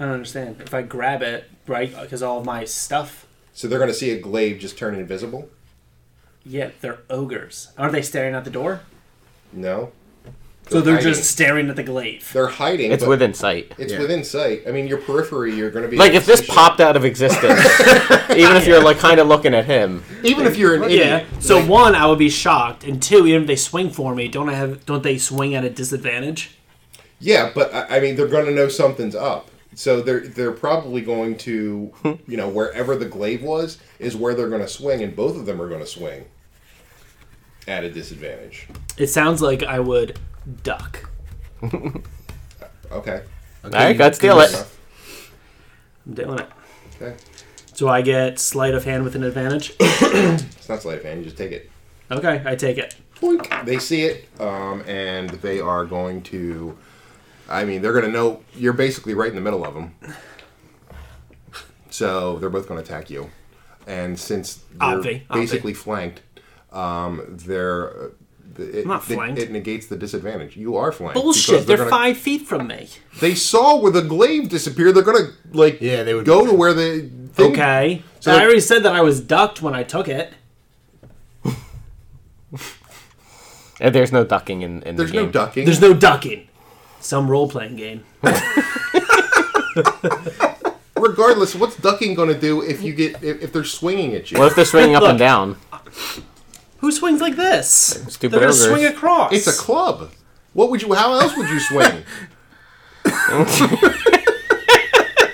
Speaker 4: I don't understand. If I grab it, right? Because all my stuff.
Speaker 3: So they're going to see a glaive just turn invisible?
Speaker 4: Yeah, they're ogres. Aren't they staring at the door?
Speaker 3: No.
Speaker 4: So they're
Speaker 3: hiding.
Speaker 4: just staring at the glaive.
Speaker 3: They're hiding.
Speaker 2: it's
Speaker 3: but
Speaker 2: within sight.
Speaker 3: It's
Speaker 8: Yeah.
Speaker 3: within sight. I mean, your periphery. You're going to be
Speaker 2: Like if this
Speaker 3: shit.
Speaker 2: popped out
Speaker 3: <laughs>
Speaker 2: of existence, even if you're like kind of looking at him,
Speaker 3: Even if you're an
Speaker 4: Yeah.
Speaker 3: idiot,
Speaker 4: So one, I would be shocked, and two, even if they swing for me, don't I have? Don't they swing at a disadvantage?
Speaker 3: Yeah, but I I mean, they're going to know something's up. So they're they're probably going to,
Speaker 2: Hmm.
Speaker 3: you know, wherever the glaive was is where they're going to swing, and both of them are going to swing at a disadvantage.
Speaker 4: It sounds like I would duck.
Speaker 3: Okay.
Speaker 2: all right, God steal
Speaker 3: Fair
Speaker 2: it.
Speaker 3: enough.
Speaker 4: I'm doing it.
Speaker 3: Okay.
Speaker 4: Do I get sleight of hand with an advantage?
Speaker 3: It's not sleight of hand. You just take it.
Speaker 4: okay, I take it.
Speaker 3: Boink. They see it, um, and they are going to. I mean, they're going to know you're basically right in the middle of them. So they're both going to attack you, and since you're
Speaker 4: Obvi, obvi.
Speaker 3: basically flanked, um, they're. It,
Speaker 4: I'm not
Speaker 3: it-
Speaker 4: flanked.
Speaker 3: It, negates the disadvantage. You are flanked. because
Speaker 4: Bullshit. They're
Speaker 3: gonna-
Speaker 4: five feet from me.
Speaker 3: They saw where the glaive disappeared. They're gonna like
Speaker 8: Yeah, they would-
Speaker 3: go to where the thing-
Speaker 4: Okay.
Speaker 3: So-
Speaker 4: I already said that I was ducked when I took it.
Speaker 2: And there's no ducking in, in
Speaker 3: There's
Speaker 2: the game.
Speaker 3: no ducking.
Speaker 4: There's no ducking. Some role playing game.
Speaker 3: Regardless, what's ducking gonna do if you get if, if they're swinging at you?
Speaker 2: What if they're
Speaker 3: <laughs>
Speaker 2: swinging up and down?
Speaker 4: Who swings like this?
Speaker 2: Stupid
Speaker 4: They're gonna
Speaker 2: ogres.
Speaker 4: swing across.
Speaker 3: It's a club. What would you? How else would you
Speaker 4: <laughs>
Speaker 3: swing? All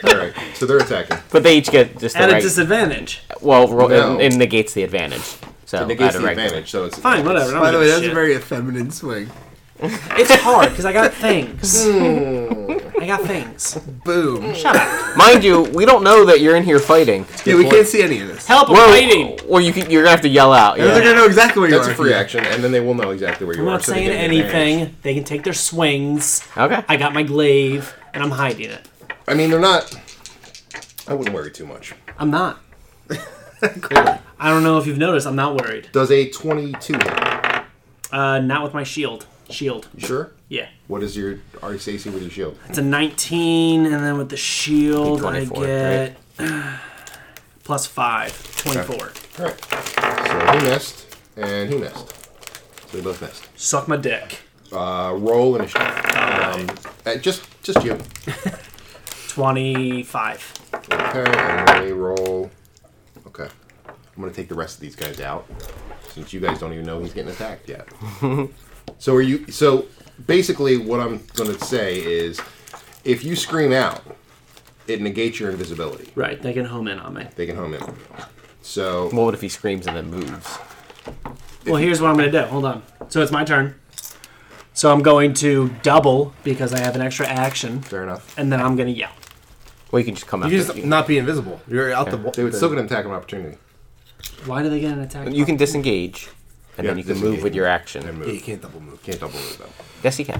Speaker 3: right, so they're attacking.
Speaker 2: But they each get just the
Speaker 4: At a
Speaker 2: right.
Speaker 4: disadvantage.
Speaker 2: well, roll,
Speaker 3: No.
Speaker 2: it, it negates the advantage. So
Speaker 3: It gives
Speaker 2: at a
Speaker 3: the
Speaker 2: regular-
Speaker 3: advantage, so it's
Speaker 4: Fine, whatever. I don't
Speaker 8: By the
Speaker 4: give
Speaker 8: way,
Speaker 4: a
Speaker 8: that's a
Speaker 4: shit.
Speaker 8: very effeminine swing.
Speaker 4: It's hard because I got
Speaker 8: <laughs>
Speaker 4: things.
Speaker 8: Hmm.
Speaker 4: I got things.
Speaker 2: Mm,
Speaker 8: Boom.
Speaker 2: <laughs> Mind you, we don't know that you're in here fighting.
Speaker 8: Yeah, we can't see any of this.
Speaker 4: Help! I'm
Speaker 2: Well,
Speaker 4: fighting.
Speaker 2: Well, you can, you're gonna have to yell out.
Speaker 8: They're
Speaker 2: Yeah.
Speaker 8: gonna know exactly where you
Speaker 3: That's
Speaker 8: are.
Speaker 3: a free action, and then they will know exactly where you
Speaker 4: I'm
Speaker 3: are.
Speaker 4: not
Speaker 3: so they
Speaker 4: saying
Speaker 3: get an advantage.
Speaker 4: anything. They can take their swings.
Speaker 2: Okay.
Speaker 4: I got my glaive and I'm hiding it.
Speaker 3: I mean, they're not. I wouldn't worry too much.
Speaker 8: <laughs>
Speaker 4: I'm not. I don't know if you've noticed. I'm not worried.
Speaker 3: Does a twenty-two? hit?
Speaker 4: Uh, not with my shield. Shield.
Speaker 3: You sure.
Speaker 4: Yeah.
Speaker 3: What is your RCC with your shield?
Speaker 4: It's a 19, and then with the shield, I
Speaker 2: D24,
Speaker 4: get <sighs> plus 5, 24.
Speaker 3: All right. So he missed, and he missed. So they both missed.
Speaker 4: Suck my dick.
Speaker 3: Uh, roll initiative. Um, uh, just, just you.
Speaker 4: 25.
Speaker 3: Okay, and they roll. Okay. I'm gonna take the rest of these guys out, since you guys don't even know he's getting attacked yet. so are you? So basically, what I'm gonna say is, if you scream out, it negates your invisibility.
Speaker 4: Right, they can home in on me.
Speaker 3: They can home in. So
Speaker 2: Well, what if he screams and then moves?
Speaker 4: Well, here's what I'm going to do. Hold on. So it's my turn. So I'm going to double because I have an extra action,
Speaker 3: fair enough.
Speaker 4: and then I'm going to yell.
Speaker 2: Well, you can just come out.
Speaker 8: You can just not be invisible. You're out the. wa-
Speaker 3: They would still get an attack of opportunity.
Speaker 4: Why do they get an attack?
Speaker 2: You can disengage, and
Speaker 3: Yeah,
Speaker 2: then you can
Speaker 3: disengage.
Speaker 2: move with your
Speaker 3: And
Speaker 2: action.
Speaker 3: move.
Speaker 8: Yeah, you can't double move.
Speaker 3: Can't double move though.
Speaker 2: Yes, he can.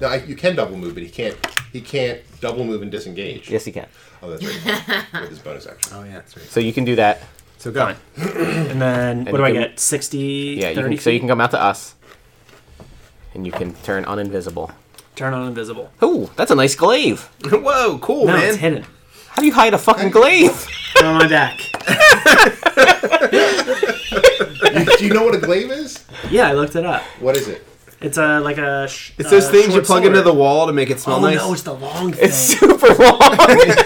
Speaker 3: No, I, you can double move, but he can't. He can't double move and disengage.
Speaker 2: Yes, he can.
Speaker 3: Oh, that's right. With his bonus action.
Speaker 8: Oh yeah, that's right.
Speaker 2: So you can do that.
Speaker 8: So go.
Speaker 4: And then what do I
Speaker 2: you can-
Speaker 4: get? 60,
Speaker 2: Yeah. You
Speaker 4: 30
Speaker 2: can, so you
Speaker 4: feet?
Speaker 2: can come out to us, and you can turn uninvisible.
Speaker 4: turn on invisible.
Speaker 2: Ooh, that's a nice glaive.
Speaker 8: <laughs> Whoa, cool
Speaker 4: No,
Speaker 8: man.
Speaker 4: it's hidden.
Speaker 2: How do you hide a fucking glaive?
Speaker 4: on my back.
Speaker 3: Do you know what a glaive is?
Speaker 4: Yeah, I looked it up.
Speaker 3: What is it? <laughs>
Speaker 4: It's a like a. Sh-
Speaker 8: It's those
Speaker 4: uh,
Speaker 8: things you
Speaker 4: short
Speaker 8: plug
Speaker 4: sword.
Speaker 8: into the wall to make it smell
Speaker 4: Oh
Speaker 8: nice.
Speaker 4: no, it's the long thing.
Speaker 2: It's <laughs> super long.
Speaker 4: <laughs>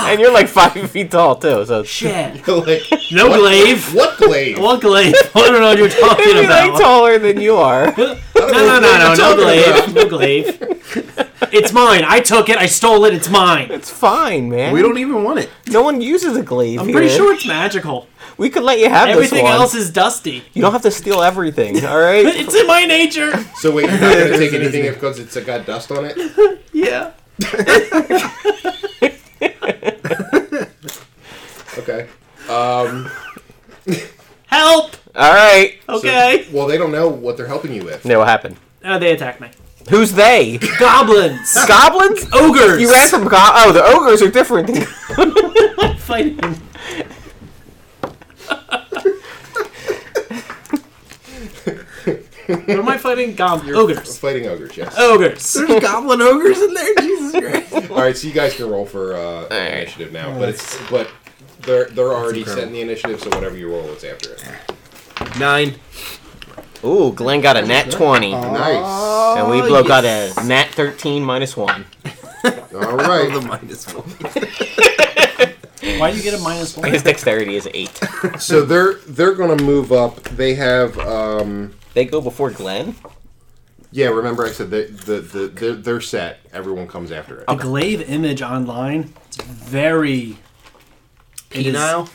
Speaker 2: And you're like five feet tall too. So
Speaker 4: <laughs>
Speaker 2: it's
Speaker 4: Shit.
Speaker 3: like
Speaker 4: No glaive.
Speaker 3: what glaive?
Speaker 4: What glaive? <laughs> I don't know what
Speaker 2: <laughs>
Speaker 4: you're talking
Speaker 2: maybe like
Speaker 4: about.
Speaker 2: taller than you are.
Speaker 4: <laughs> No, no, no, no, no <laughs> glaive. No glaive. It's mine. I took it. I stole it. It's mine.
Speaker 2: It's fine, man.
Speaker 8: We don't even want it.
Speaker 2: No one uses a glaive.
Speaker 4: I'm
Speaker 2: here.
Speaker 4: pretty sure it's magical.
Speaker 2: we could let you have
Speaker 4: Everything
Speaker 2: this one.
Speaker 4: else is dusty.
Speaker 2: You don't have to steal everything. All
Speaker 4: <laughs>
Speaker 2: right.
Speaker 4: It's in my nature. <laughs>
Speaker 3: So wait, you're not gonna take anything because it's got dust on it.
Speaker 4: Yeah.
Speaker 3: Okay. Um,
Speaker 4: Help.
Speaker 2: All right.
Speaker 4: Okay.
Speaker 3: Well, they don't know what they're helping you with.
Speaker 2: No, what happened?
Speaker 4: Uh, they attack me.
Speaker 2: Who's they?
Speaker 4: <laughs> Goblins.
Speaker 2: Goblins?
Speaker 4: Ogres.
Speaker 2: You ran from go- oh, the ogres are different.
Speaker 4: fighting. <laughs> what am I fighting? Goblins. Ogres.
Speaker 3: Fighting ogres, yes.
Speaker 4: Oh. Ogres.
Speaker 8: There's goblin ogres in there. Jesus Christ.
Speaker 3: All right, so you guys can roll for uh,
Speaker 2: right.
Speaker 3: initiative now, but it's but they're they're already setting the initiative, so whatever you roll, it's after it.
Speaker 8: Nine.
Speaker 2: Ooh, Glenn got a nat 20.
Speaker 3: Nice.
Speaker 2: and we blow got a nat 13 minus 1.
Speaker 3: All
Speaker 8: The
Speaker 4: <laughs>
Speaker 3: right.
Speaker 8: minus one.
Speaker 4: Why do you get a minus one?
Speaker 2: His dexterity is 8.
Speaker 3: So they're they're gonna move up. They have um
Speaker 2: They go before Glenn?
Speaker 3: yeah. Remember I said they, the the they're, they're set. Everyone comes after it.
Speaker 4: The glaive image online. It's very. it is-
Speaker 8: Penile.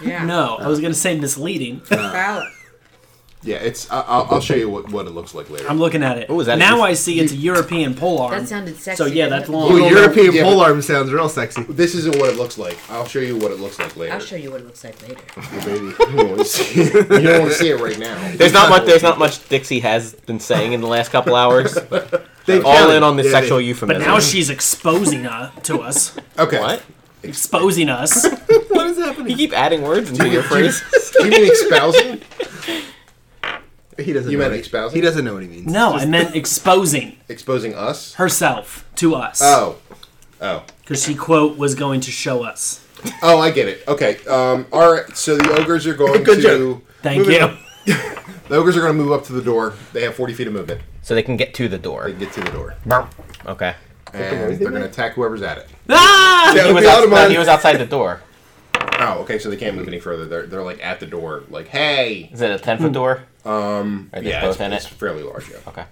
Speaker 6: Yeah.
Speaker 4: No, I was gonna say misleading.
Speaker 6: About.
Speaker 3: Yeah, it's I, I'll, I'll show you what, what it looks like later.
Speaker 4: I'm looking at it.
Speaker 2: Ooh, is that-
Speaker 4: now I see it's a European pole arm.
Speaker 6: That sounded sexy.
Speaker 4: Um, So yeah, that's long.
Speaker 8: Oh,
Speaker 3: don't
Speaker 8: European
Speaker 3: know- yeah,
Speaker 8: pole
Speaker 3: but-
Speaker 8: arm sounds real sexy.
Speaker 3: This isn't what it looks like. I'll show you what it looks like later.
Speaker 6: I'll show you what it looks like later.
Speaker 3: Maybe you don't want to see
Speaker 2: <laughs>
Speaker 3: it. You don't want to see it right now.
Speaker 2: There's not much There's not much Dixie has been saying in the last couple hours.
Speaker 8: They
Speaker 2: All
Speaker 8: count it.
Speaker 2: in on the
Speaker 8: Yeah, they-
Speaker 2: sexual
Speaker 4: But
Speaker 2: euphemism.
Speaker 4: now she's exposing uh, to us.
Speaker 3: Okay.
Speaker 2: What?
Speaker 4: Exposing us.
Speaker 8: What is
Speaker 2: You
Speaker 8: happening?
Speaker 2: keep adding words into your phrase.
Speaker 3: Do <laughs> you mean espousing?
Speaker 8: He doesn't.
Speaker 3: You
Speaker 8: know
Speaker 3: meant
Speaker 8: what he-
Speaker 3: expousing?
Speaker 8: He doesn't know what he means.
Speaker 4: No, I meant exposing
Speaker 3: Exposing us?
Speaker 4: herself to us.
Speaker 3: Oh. Oh.
Speaker 4: Because she, quote, was going to show us.
Speaker 3: Oh, I get it. Okay. Um, all right. So the ogres are
Speaker 2: <laughs>
Speaker 3: going
Speaker 8: Good
Speaker 3: to
Speaker 8: joke.
Speaker 4: Thank
Speaker 8: Moving
Speaker 4: you.
Speaker 8: on.
Speaker 3: the ogres are going to move up to the door. They have 40 feet of movement.
Speaker 2: So they can get to the
Speaker 3: They
Speaker 2: door.
Speaker 3: can get to the door,
Speaker 2: Okay.
Speaker 3: and they're going to attack whoever's at it.
Speaker 4: Ah!
Speaker 2: He was,
Speaker 3: the
Speaker 2: outs-
Speaker 3: Ottoman-
Speaker 2: no, he was outside the door.
Speaker 3: Oh, okay. So they can't move any further. They're, they're like at the door. Like, hey.
Speaker 2: Is it a 10 foot door? Um, Are they
Speaker 3: Yeah,
Speaker 2: both
Speaker 3: it's,
Speaker 2: in
Speaker 3: it's
Speaker 2: it?
Speaker 3: fairly large. Yeah.
Speaker 2: Okay.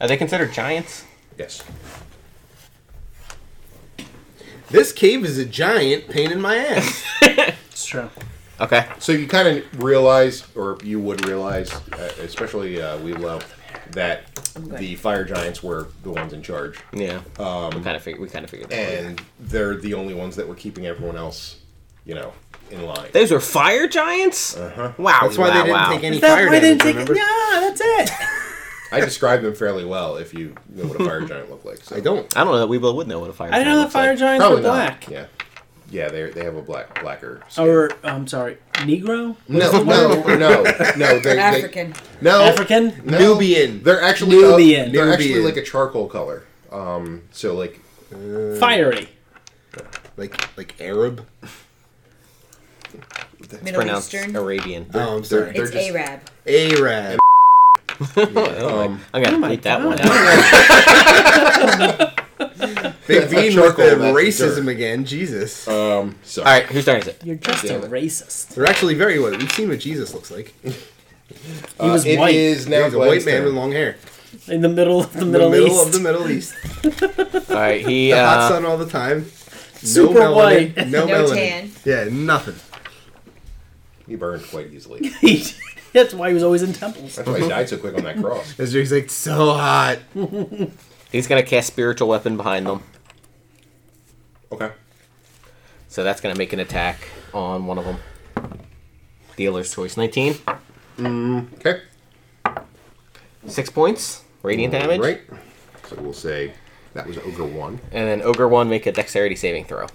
Speaker 2: Are they considered giants?
Speaker 3: Yes.
Speaker 5: This cave is a giant pain in my ass.
Speaker 4: It's true.
Speaker 2: Okay.
Speaker 3: <laughs> So you kind of realize, or you would realize, uh, especially uh, Weeblow, that the fire giants were the ones in charge,
Speaker 2: Yeah. we kind of figured. We kind of figured. That.
Speaker 3: and they're the only ones that were keeping everyone else, you know, in line.
Speaker 2: Those were fire giants. Uh-huh. Wow.
Speaker 5: That's why
Speaker 2: wow,
Speaker 5: they didn't
Speaker 2: wow.
Speaker 5: take any fire damage. remember?
Speaker 4: Yeah, that's it.
Speaker 3: I described them fairly well if you know what a fire giant looked like. So.
Speaker 5: I don't.
Speaker 2: I don't know that Weeblo would know what a fire.
Speaker 4: I didn't know the fire
Speaker 2: giant.
Speaker 4: giants were
Speaker 3: Probably not.
Speaker 4: black.
Speaker 3: Yeah, yeah, they they have a black blacker. skin.
Speaker 4: Or I'm sorry, Negro,
Speaker 3: no, no, no, no, they, they,
Speaker 6: African.
Speaker 3: no,
Speaker 4: African.
Speaker 3: no,
Speaker 5: Nubian.
Speaker 3: They're actually uh,
Speaker 4: Nubian.
Speaker 3: they're actually
Speaker 5: Nubian.
Speaker 3: like a charcoal color. Um, so like
Speaker 4: Fiery.
Speaker 5: Like like Arab.
Speaker 6: Middle
Speaker 2: Pronounced
Speaker 6: Eastern.
Speaker 2: Arabian.
Speaker 4: Um,
Speaker 5: Oh, I'm
Speaker 3: they're,
Speaker 5: sorry.
Speaker 3: they're
Speaker 6: It's
Speaker 3: just
Speaker 6: Arab.
Speaker 5: Arab.
Speaker 2: Um, I'm gonna bleep that one
Speaker 4: God.
Speaker 2: out.
Speaker 5: Big
Speaker 3: That's
Speaker 5: Bean
Speaker 3: not
Speaker 5: with the
Speaker 3: charcoal, that's
Speaker 5: racism
Speaker 3: dirt.
Speaker 5: again. Jesus.
Speaker 3: um. So
Speaker 2: All right. Whose turn is it?
Speaker 4: You're just
Speaker 3: Damn
Speaker 4: a
Speaker 3: it.
Speaker 4: racist.
Speaker 5: They're actually very white. We've seen what Jesus looks like.
Speaker 4: He was
Speaker 3: Uh, It is
Speaker 4: white
Speaker 3: now
Speaker 5: He's a white
Speaker 3: Glenn's
Speaker 5: man
Speaker 3: turn.
Speaker 5: with long hair.
Speaker 4: in the middle of the Middle,
Speaker 5: the middle
Speaker 4: East.
Speaker 5: of the Middle East.
Speaker 2: All right. He.
Speaker 5: The hot
Speaker 2: Uh,
Speaker 5: sun all the time.
Speaker 4: Super
Speaker 5: no melanin.
Speaker 4: white.
Speaker 5: No,
Speaker 6: No
Speaker 5: melanin.
Speaker 6: tan.
Speaker 5: Yeah, nothing.
Speaker 3: He burned quite easily.
Speaker 4: That's why <laughs> he was always in temples.
Speaker 3: That's why he died so quick on that cross.
Speaker 5: That's where He's like so hot.
Speaker 2: he's gonna cast spiritual weapon behind them.
Speaker 3: Okay.
Speaker 2: So that's gonna make an attack on one of them. Dealer's choice. 19.
Speaker 3: Okay.
Speaker 2: Six points. Radiant damage.
Speaker 3: Right. So we'll say that was ogre one.
Speaker 2: And then ogre one make a dexterity saving throw.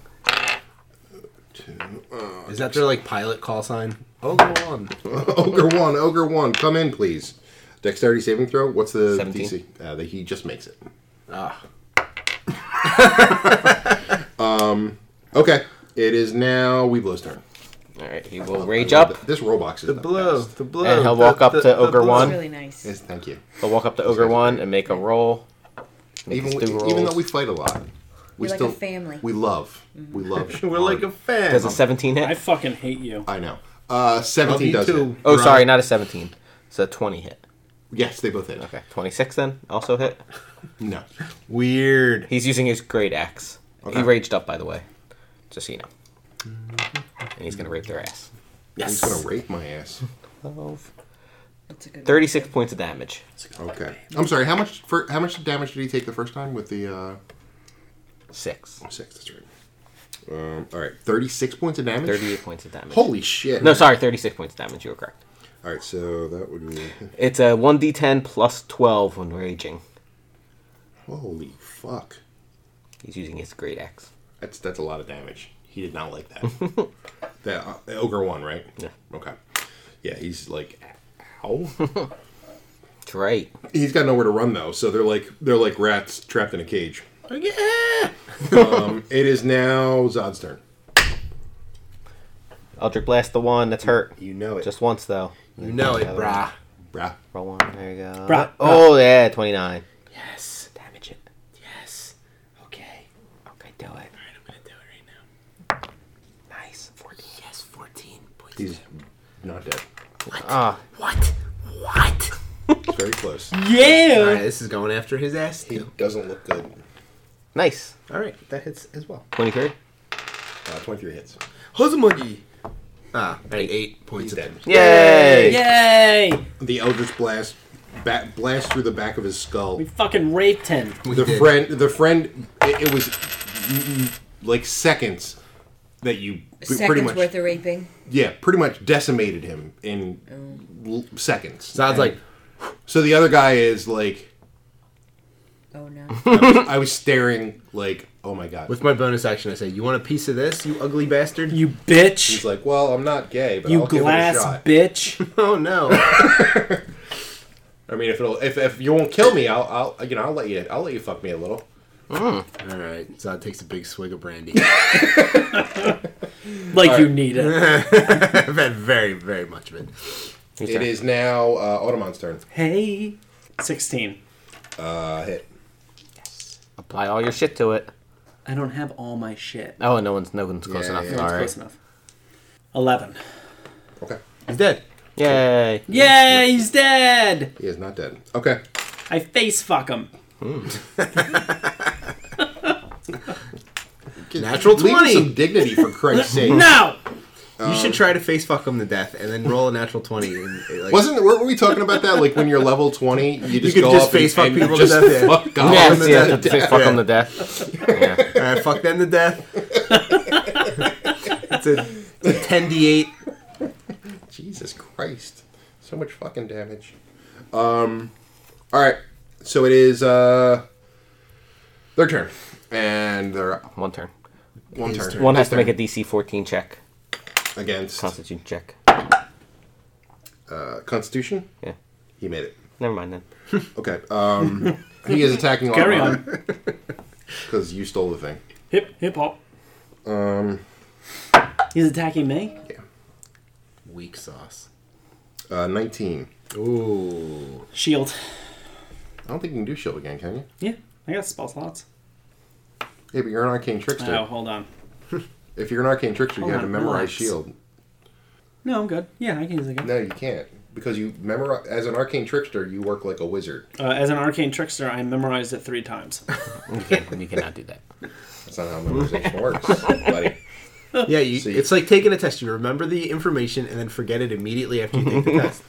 Speaker 5: Is that their like pilot call sign? Oh, go on.
Speaker 3: <laughs> ogre one. Ogre one. Come in, please. Dexterity saving throw. What's the
Speaker 2: 17.
Speaker 3: DC? Uh, that he just makes it.
Speaker 5: Ah.
Speaker 3: <laughs> Um, Okay. It is now Weeblow's turn.
Speaker 2: All right. He will rage up.
Speaker 3: This Roblox is
Speaker 5: The
Speaker 3: not
Speaker 5: blow.
Speaker 3: fast.
Speaker 5: The blow.
Speaker 2: And he'll
Speaker 5: the-
Speaker 2: walk up
Speaker 5: the-
Speaker 2: to
Speaker 5: the
Speaker 2: Ogre
Speaker 5: blow.
Speaker 2: One.
Speaker 6: It's really nice.
Speaker 3: Yes, thank you.
Speaker 2: He'll walk up to ogre one and make a roll. Make
Speaker 3: Even
Speaker 2: his
Speaker 3: we,
Speaker 2: two
Speaker 3: even
Speaker 2: rolls.
Speaker 3: though we fight a lot, we
Speaker 6: We're like a
Speaker 3: still
Speaker 6: family.
Speaker 3: We love. We love.
Speaker 5: <laughs> We're like a
Speaker 3: hard.
Speaker 5: fan.
Speaker 2: Does a 17
Speaker 4: I
Speaker 2: hit?
Speaker 4: fucking hate you.
Speaker 3: I know. Uh,
Speaker 5: Love
Speaker 3: Seventeen
Speaker 5: you
Speaker 3: does
Speaker 5: too,
Speaker 3: hit.
Speaker 2: Oh,
Speaker 5: bro.
Speaker 2: sorry, not a 17. It's a 20 hit.
Speaker 3: Yes, they both hit.
Speaker 2: Okay, 26 then also hit.
Speaker 3: No.
Speaker 5: Weird.
Speaker 2: He's using his great axe.
Speaker 3: Okay.
Speaker 2: He raged up, by the way, just so you know. And he's gonna rape their ass.
Speaker 3: He's gonna rape my ass.
Speaker 2: 12,
Speaker 6: That's a good
Speaker 2: 36 points of damage.
Speaker 3: Okay. I'm sorry. How much? For, how much damage did he take the first time with the uh,
Speaker 2: Six.
Speaker 3: six? That's right. Um, all right. Thirty-six points of damage.
Speaker 2: 38 points of damage.
Speaker 3: Holy shit.
Speaker 2: No, sorry, 36 points of damage. You were correct.
Speaker 3: All right. So that would be.
Speaker 2: It's a 1d10 plus 12 when raging.
Speaker 3: Holy fuck.
Speaker 2: He's using his great axe.
Speaker 3: That's that's a lot of damage. He did not like that. the, uh, the ogre one, right?
Speaker 2: Yeah.
Speaker 3: Okay. Yeah. He's like, ow.
Speaker 2: That's right.
Speaker 3: he's got nowhere to run though, so they're like they're like rats trapped in a cage.
Speaker 5: Yeah.
Speaker 3: Um, it is now Zod's turn.
Speaker 2: Eldritch Blast the one that's hurt.
Speaker 5: You know it.
Speaker 2: Just once, though.
Speaker 5: you know it, brah.
Speaker 3: Brah.
Speaker 2: Roll one. There you go.
Speaker 4: Bruh,
Speaker 2: Oh, yeah, 29.
Speaker 5: Yes.
Speaker 2: Damage it.
Speaker 5: Yes. Okay.
Speaker 2: Okay, do it.
Speaker 5: I'm gonna do it right now.
Speaker 2: Nice. 14.
Speaker 5: Yes, 14 points.
Speaker 3: He's not dead.
Speaker 2: Ah,
Speaker 5: What? What?
Speaker 3: He's very close.
Speaker 5: All right,
Speaker 4: Yeah.
Speaker 5: this is going after his ass too.
Speaker 3: Doesn't look good.
Speaker 2: nice.
Speaker 5: All right, that hits as well.
Speaker 2: 23.
Speaker 3: Uh, Twenty-three hits.
Speaker 5: Hozumogi. Ah, all right, eight
Speaker 3: He's
Speaker 5: points of
Speaker 3: dead.
Speaker 5: damage.
Speaker 2: Yay!
Speaker 4: Yay!
Speaker 3: The Eldritch blast bat, blast through the back of his skull.
Speaker 4: We fucking raped him.
Speaker 3: The
Speaker 5: did.
Speaker 3: friend, the friend, it, it was mm, mm, like seconds that you p-
Speaker 6: Seconds
Speaker 3: pretty much,
Speaker 6: worth of raping.
Speaker 3: yeah, pretty much decimated him in l- seconds.
Speaker 5: Zod's like,
Speaker 3: So the other guy is like, <laughs>
Speaker 6: Oh no.
Speaker 3: I was staring like, oh my god.
Speaker 5: with my bonus action, I say, "You want a piece of this, you ugly bastard?" <laughs>
Speaker 4: You bitch.
Speaker 3: He's like, well, I'm not gay, but
Speaker 4: you
Speaker 3: I'll give it a
Speaker 4: glass
Speaker 3: shot. <laughs>
Speaker 4: bitch.
Speaker 5: oh no.
Speaker 3: I mean, if it'll, if, if you won't kill me, I'll, I'll, you know, I'll let you, I'll let you fuck me a little.
Speaker 5: all right, Zod takes a big swig of brandy. <laughs>
Speaker 4: Like you need
Speaker 3: <laughs>
Speaker 4: it.
Speaker 5: I've had very, very much of it.
Speaker 2: Who's
Speaker 3: It
Speaker 2: turn?
Speaker 3: is now uh, Automon's turn.
Speaker 4: Hey. Sixteen.
Speaker 3: Uh, hit.
Speaker 2: Apply all your shit to it.
Speaker 9: I don't have all my shit.
Speaker 2: Oh, no one's no one's close
Speaker 5: Yeah,
Speaker 2: enough.
Speaker 5: yeah,
Speaker 2: All
Speaker 9: That's
Speaker 2: right.
Speaker 9: close enough. Eleven.
Speaker 3: Okay.
Speaker 5: He's dead.
Speaker 2: Yay!
Speaker 4: Yay! He's dead.
Speaker 3: He is not dead. Okay.
Speaker 4: I face
Speaker 3: <laughs>
Speaker 4: fuck him.
Speaker 5: Natural
Speaker 3: Leave him
Speaker 5: 20.
Speaker 3: some dignity for
Speaker 5: <laughs>
Speaker 3: Christ's sake.
Speaker 4: No.
Speaker 5: you should try to face fuck him to death and then roll a natural 20. And, uh,
Speaker 3: <laughs>
Speaker 5: like,
Speaker 3: Wasn't weren't we talking about that? Like when you're level twenty, you just
Speaker 5: could
Speaker 3: go
Speaker 5: just
Speaker 3: up and-
Speaker 5: face fuck
Speaker 3: and
Speaker 5: people to
Speaker 3: just
Speaker 5: death, yeah.
Speaker 3: fuck all of
Speaker 2: Yes,
Speaker 3: them.
Speaker 2: yes, that's it, fuck on the death. Yeah. <laughs>
Speaker 5: All right, fuck them to death. it's a 10d8.
Speaker 3: Jesus Christ. So much fucking damage. Um Alright. So it is uh their turn. And they're
Speaker 2: One turn.
Speaker 3: one turn.
Speaker 2: One has to make a DC 14 check,
Speaker 3: against
Speaker 2: Constitution check.
Speaker 3: uh, Constitution.
Speaker 2: Yeah.
Speaker 3: He made it.
Speaker 2: Never mind then.
Speaker 3: Okay. Um <laughs> he is attacking
Speaker 10: Carry
Speaker 3: <laughs> Because you stole the thing.
Speaker 10: Hip hip hop.
Speaker 3: Um.
Speaker 4: He's attacking me.
Speaker 5: Weak sauce.
Speaker 3: Uh nineteen.
Speaker 5: Ooh.
Speaker 4: Shield.
Speaker 3: I don't think you can do shield again, can you?
Speaker 4: Yeah, I got spell slots.
Speaker 3: Yeah, but you're an arcane trickster.
Speaker 4: Oh, hold on.
Speaker 3: If you're an arcane trickster, you
Speaker 4: Hold
Speaker 3: have to
Speaker 4: on,
Speaker 3: memorize
Speaker 4: relax.
Speaker 3: shield.
Speaker 4: No, I'm good. Yeah, I can use it again.
Speaker 3: No, you can't. Because you memorize as an arcane trickster, you work like a wizard.
Speaker 4: Uh, as an arcane trickster, I memorized it three times.
Speaker 2: You, can't, you cannot do that.
Speaker 3: That's not how memorization works, buddy.
Speaker 5: Yeah, you,
Speaker 3: So you-
Speaker 5: it's like taking a test. You remember the information and then forget it immediately after you take the test.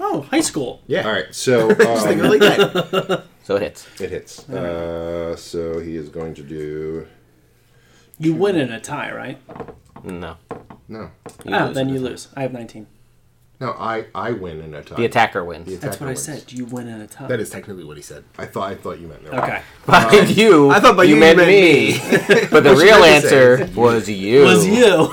Speaker 4: <laughs> oh, high school.
Speaker 5: Yeah.
Speaker 3: All right, so
Speaker 5: Just think
Speaker 3: um,
Speaker 5: of it like "Oh, that.
Speaker 2: So it hits.
Speaker 3: it hits. Uh, so he is going to do
Speaker 4: You win in a tie, right?
Speaker 2: No.
Speaker 3: no,
Speaker 2: You
Speaker 4: oh,
Speaker 2: lose
Speaker 4: then
Speaker 2: it.
Speaker 4: you lose. I have 19.
Speaker 3: no. I I win in a tie.
Speaker 2: The attacker wins.
Speaker 3: The attacker
Speaker 4: That's what I
Speaker 3: wins.
Speaker 4: said. You win in a tie.
Speaker 5: That is technically what he said.
Speaker 3: I thought I thought you meant no.
Speaker 4: Okay.
Speaker 2: By you,
Speaker 5: I thought by you,
Speaker 2: you
Speaker 5: you
Speaker 2: meant,
Speaker 5: meant
Speaker 2: me. <laughs> but the
Speaker 5: What you
Speaker 2: real
Speaker 5: meant to say.
Speaker 2: answer was you.
Speaker 4: Was you.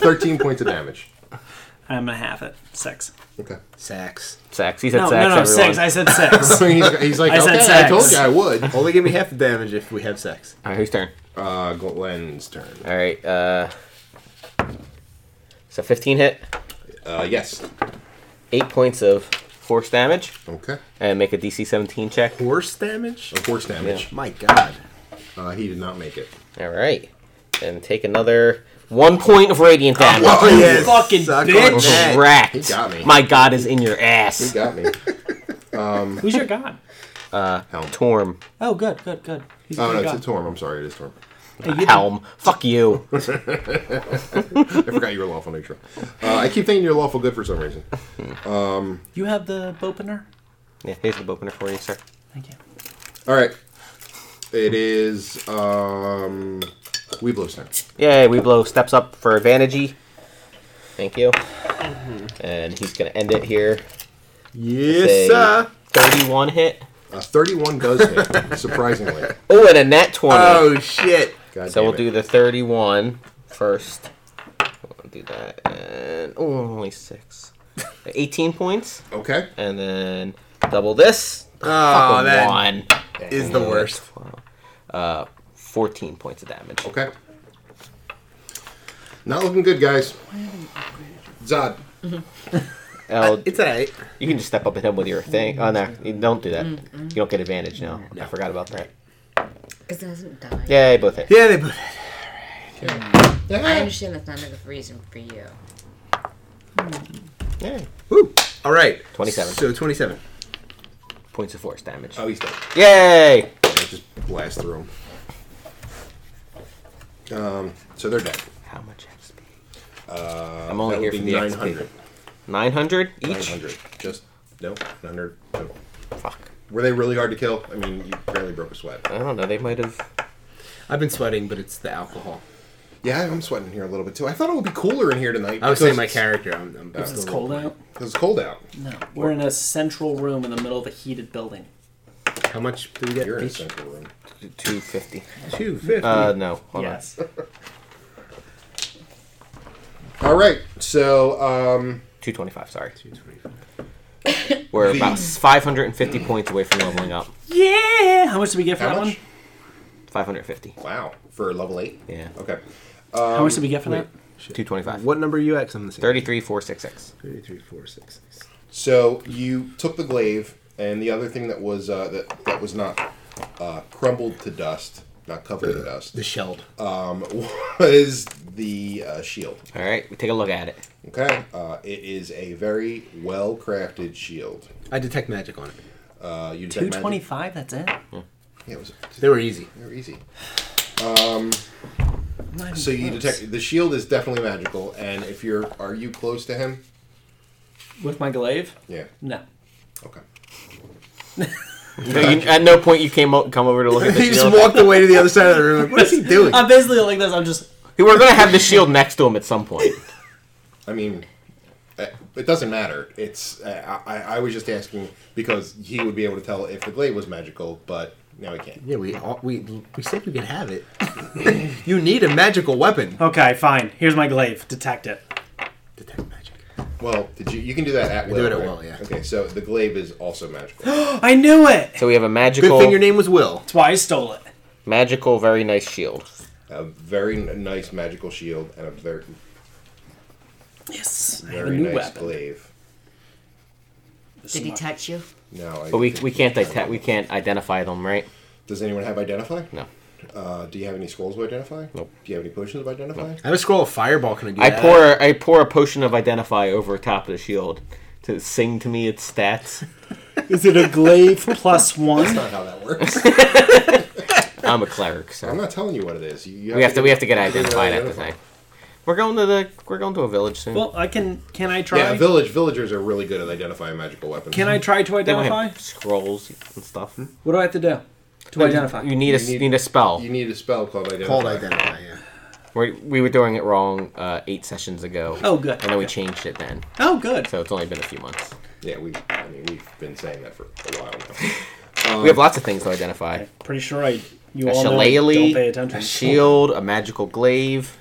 Speaker 3: Thirteen points of damage.
Speaker 4: <laughs> I'm a half it. Six.
Speaker 3: Okay.
Speaker 5: Sacks.
Speaker 2: Sex. He said
Speaker 4: No,
Speaker 2: sex.
Speaker 4: no, no,
Speaker 2: everyone.
Speaker 4: six. I
Speaker 3: <laughs>
Speaker 4: said six.
Speaker 3: So <laughs> he's, he's like,
Speaker 4: I said
Speaker 3: okay, I
Speaker 4: sex.
Speaker 3: told you I would.
Speaker 5: Only give me half the damage if we have sex.
Speaker 2: All right, whose turn?
Speaker 3: <laughs> Uh, Glenn's turn.
Speaker 2: All right. Uh, so 15 hit,
Speaker 3: Uh, yes.
Speaker 2: eight points of force damage,
Speaker 3: Okay.
Speaker 2: and make a DC 17 check.
Speaker 5: Horse damage?
Speaker 3: Of force damage.
Speaker 5: My god.
Speaker 3: Uh, he did not make it.
Speaker 2: All right, and take another one point of radiant damage.
Speaker 5: yes.
Speaker 4: fucking
Speaker 5: Suck
Speaker 4: bitch.
Speaker 5: on that.
Speaker 2: Cracked.
Speaker 3: Oh, He got me.
Speaker 2: My god is in your
Speaker 3: He
Speaker 2: ass.
Speaker 3: got me.
Speaker 4: Who's your god?
Speaker 3: <laughs> Helm.
Speaker 2: Torm.
Speaker 4: Oh, good, good, good. He's
Speaker 3: Oh
Speaker 4: your
Speaker 3: no, it's
Speaker 4: god.
Speaker 3: a Torm. I'm sorry, it is Torm.
Speaker 2: Helm. Fuck
Speaker 3: <laughs>
Speaker 2: you.
Speaker 3: I forgot you were lawful neutral. Uh, I keep thinking you're lawful good for some reason.
Speaker 4: You have the bopener?
Speaker 2: Yeah, here's the opener for you, sir.
Speaker 4: Thank you.
Speaker 3: All right. It is um, Weeblo's turn.
Speaker 2: Yay, we blow steps up for advantage. Thank you.
Speaker 3: Mm-hmm.
Speaker 2: And he's gonna end it here.
Speaker 5: Yes, sir.
Speaker 2: 31 hit.
Speaker 3: Uh, 31 does hit, surprisingly.
Speaker 2: Oh, and a net 20.
Speaker 5: Oh, shit.
Speaker 3: God
Speaker 2: so
Speaker 3: damn
Speaker 2: we'll
Speaker 3: it.
Speaker 2: do the 31 first. We'll do that. And, oh,
Speaker 3: <laughs>
Speaker 2: only six. 18 points.
Speaker 3: Okay.
Speaker 2: And then double this.
Speaker 5: Oh,
Speaker 2: Fucking
Speaker 5: that
Speaker 2: one.
Speaker 5: is the worst.
Speaker 2: Uh, 14 points of damage.
Speaker 3: Okay. Not looking good, guys. Zod.
Speaker 2: Oh,
Speaker 5: It's alright.
Speaker 2: you can just step up and hit him with your thing. Oh, no. You don't do that. You don't get advantage now. I forgot about that.
Speaker 6: Because it doesn't die.
Speaker 2: Yay, both hit.
Speaker 5: Yeah, they both.
Speaker 6: I understand that's not enough reason for you.
Speaker 2: Yay.
Speaker 5: Woo. All right.
Speaker 2: 27.
Speaker 5: So 27.
Speaker 2: Points of force damage.
Speaker 3: Oh, he's dead.
Speaker 2: Yay!
Speaker 3: Yeah, just blast through him. Um, so they're dead.
Speaker 2: How much XP?
Speaker 3: Uh,
Speaker 2: I'm only
Speaker 3: that
Speaker 2: here
Speaker 3: would
Speaker 2: for
Speaker 3: be
Speaker 2: the
Speaker 3: 900.
Speaker 2: 900 each?
Speaker 3: 900. Just, no, 900. No.
Speaker 2: Fuck.
Speaker 3: Were they really hard to kill? I mean, you barely broke a sweat.
Speaker 2: I don't know. They might have.
Speaker 5: I've been sweating, but it's the alcohol.
Speaker 3: Yeah, I'm sweating here a little bit too. I thought it would be cooler in here tonight.
Speaker 5: I
Speaker 3: because
Speaker 5: was saying my
Speaker 3: it's-
Speaker 5: character. I'm, I'm
Speaker 4: It's cold out?
Speaker 3: Because it's cold out.
Speaker 4: No. We're in a central room in the middle of a heated building.
Speaker 5: How much do we get?
Speaker 3: You're in a
Speaker 5: Each?
Speaker 3: central room.
Speaker 2: 250.
Speaker 5: Two fifty.
Speaker 2: Uh, no. Hold
Speaker 4: yes.
Speaker 3: All right, so um,
Speaker 2: on. 225, sorry. We're about 550 points away from leveling up.
Speaker 4: Yeah! How much did we get for
Speaker 3: How
Speaker 4: that
Speaker 3: much?
Speaker 2: 550.
Speaker 3: wow, for level eight.
Speaker 2: Yeah.
Speaker 3: Okay.
Speaker 4: one? How much did we get
Speaker 3: Um,
Speaker 4: for that?
Speaker 2: 225.
Speaker 5: What number are you at? I'm the same.
Speaker 2: 33466.
Speaker 5: Three, three, four, six, six.
Speaker 3: So you took the glaive, and the other thing that was uh, that that was not uh, crumbled to dust, not covered in dust, <laughs>
Speaker 5: The shelled.
Speaker 3: um, was the uh, shield.
Speaker 2: All right, we take a look
Speaker 3: <laughs>
Speaker 2: at it.
Speaker 3: Okay, uh, it is a very well crafted shield.
Speaker 5: I detect magic on it.
Speaker 3: Uh, you detect
Speaker 9: Two
Speaker 3: magic.
Speaker 9: twenty-five. That's it.
Speaker 3: Yeah, it was,
Speaker 8: They were easy.
Speaker 3: they were easy.
Speaker 9: Not even
Speaker 3: So you
Speaker 9: close.
Speaker 3: detect the shield is definitely magical, and if you're, are you close to him?
Speaker 9: with my glaive?
Speaker 3: Yeah.
Speaker 9: No.
Speaker 3: Okay.
Speaker 2: No, you- at no point you came o- come over to
Speaker 3: <laughs>
Speaker 2: look at the
Speaker 8: He just
Speaker 2: shield.
Speaker 8: walked away to the other side of the room. Like, what
Speaker 2: <laughs>
Speaker 8: is he doing?
Speaker 9: I'm basically like this. I'm just
Speaker 2: We were gonna have the shield next to him at some point.
Speaker 3: I mean, uh, it doesn't matter. It's uh, I, I was just asking because he would be able to tell if the glaive was magical, but now he can't.
Speaker 8: Yeah, we all, we we said we could have it. <laughs> you need a magical weapon.
Speaker 9: okay. Fine. Here's my glaive. Detect it.
Speaker 3: <gasps>
Speaker 8: Detect magic.
Speaker 3: Well, did you? You can do that at will.
Speaker 8: do it at
Speaker 3: right?
Speaker 8: will, yeah.
Speaker 3: Okay, so the glaive is also
Speaker 2: <gasps>
Speaker 3: magical.
Speaker 9: I knew it.
Speaker 2: So we have a
Speaker 8: Good
Speaker 2: magical,
Speaker 8: thing your name was Will.
Speaker 9: That's why I stole it.
Speaker 2: magical, very nice shield.
Speaker 3: a very n- nice magical shield and a very
Speaker 9: Yes. I have a
Speaker 3: very
Speaker 9: new
Speaker 3: nice
Speaker 9: weapon.
Speaker 3: glaive.
Speaker 9: This is
Speaker 6: Did he
Speaker 9: my-
Speaker 6: touch you?
Speaker 3: No, I,
Speaker 2: But we, we can't detect, we can't identify them, right?
Speaker 3: Does anyone have identify?
Speaker 2: No.
Speaker 3: Uh, do you have any scrolls of identify?
Speaker 2: Nope.
Speaker 3: Do you have any potions of identify?
Speaker 8: I have a scroll of fireball. Can I do
Speaker 2: I
Speaker 8: that?
Speaker 2: pour I pour a potion of identify over top of the shield to sing to me its stats.
Speaker 4: Is it a glaive plus
Speaker 3: That's
Speaker 4: one?
Speaker 3: not how that works.
Speaker 2: <laughs> I'm a cleric,
Speaker 3: I'm
Speaker 2: so
Speaker 3: not telling you what it is. You, you
Speaker 2: we have to we have to get identified
Speaker 3: get
Speaker 2: at the thing. We're going to the we're going to a village soon.
Speaker 9: Well, I can. Can I try?
Speaker 3: Yeah, village villagers are really good at identifying magical weapons.
Speaker 9: can I try to
Speaker 2: They don't
Speaker 9: identify?
Speaker 2: have scrolls and stuff.
Speaker 9: What do I have to do to identify?
Speaker 2: You need a
Speaker 3: Hmm? You
Speaker 2: you
Speaker 3: need-
Speaker 2: need, a spell.
Speaker 3: You need a spell called identify.
Speaker 8: Called identify. Yeah.
Speaker 2: we we were doing it wrong uh, eight sessions ago.
Speaker 9: Oh, good.
Speaker 2: And then we
Speaker 9: Okay.
Speaker 2: changed it then,
Speaker 9: Oh, good.
Speaker 2: so it's only been a few months.
Speaker 3: Yeah, we. I mean, we've been saying that for a while now. Um,
Speaker 2: we have lots of things to identify:
Speaker 4: Pretty sure I. You
Speaker 2: a
Speaker 4: all know. I Don't pay
Speaker 2: shillelagh,
Speaker 4: attention.
Speaker 2: a shield, a magical glaive.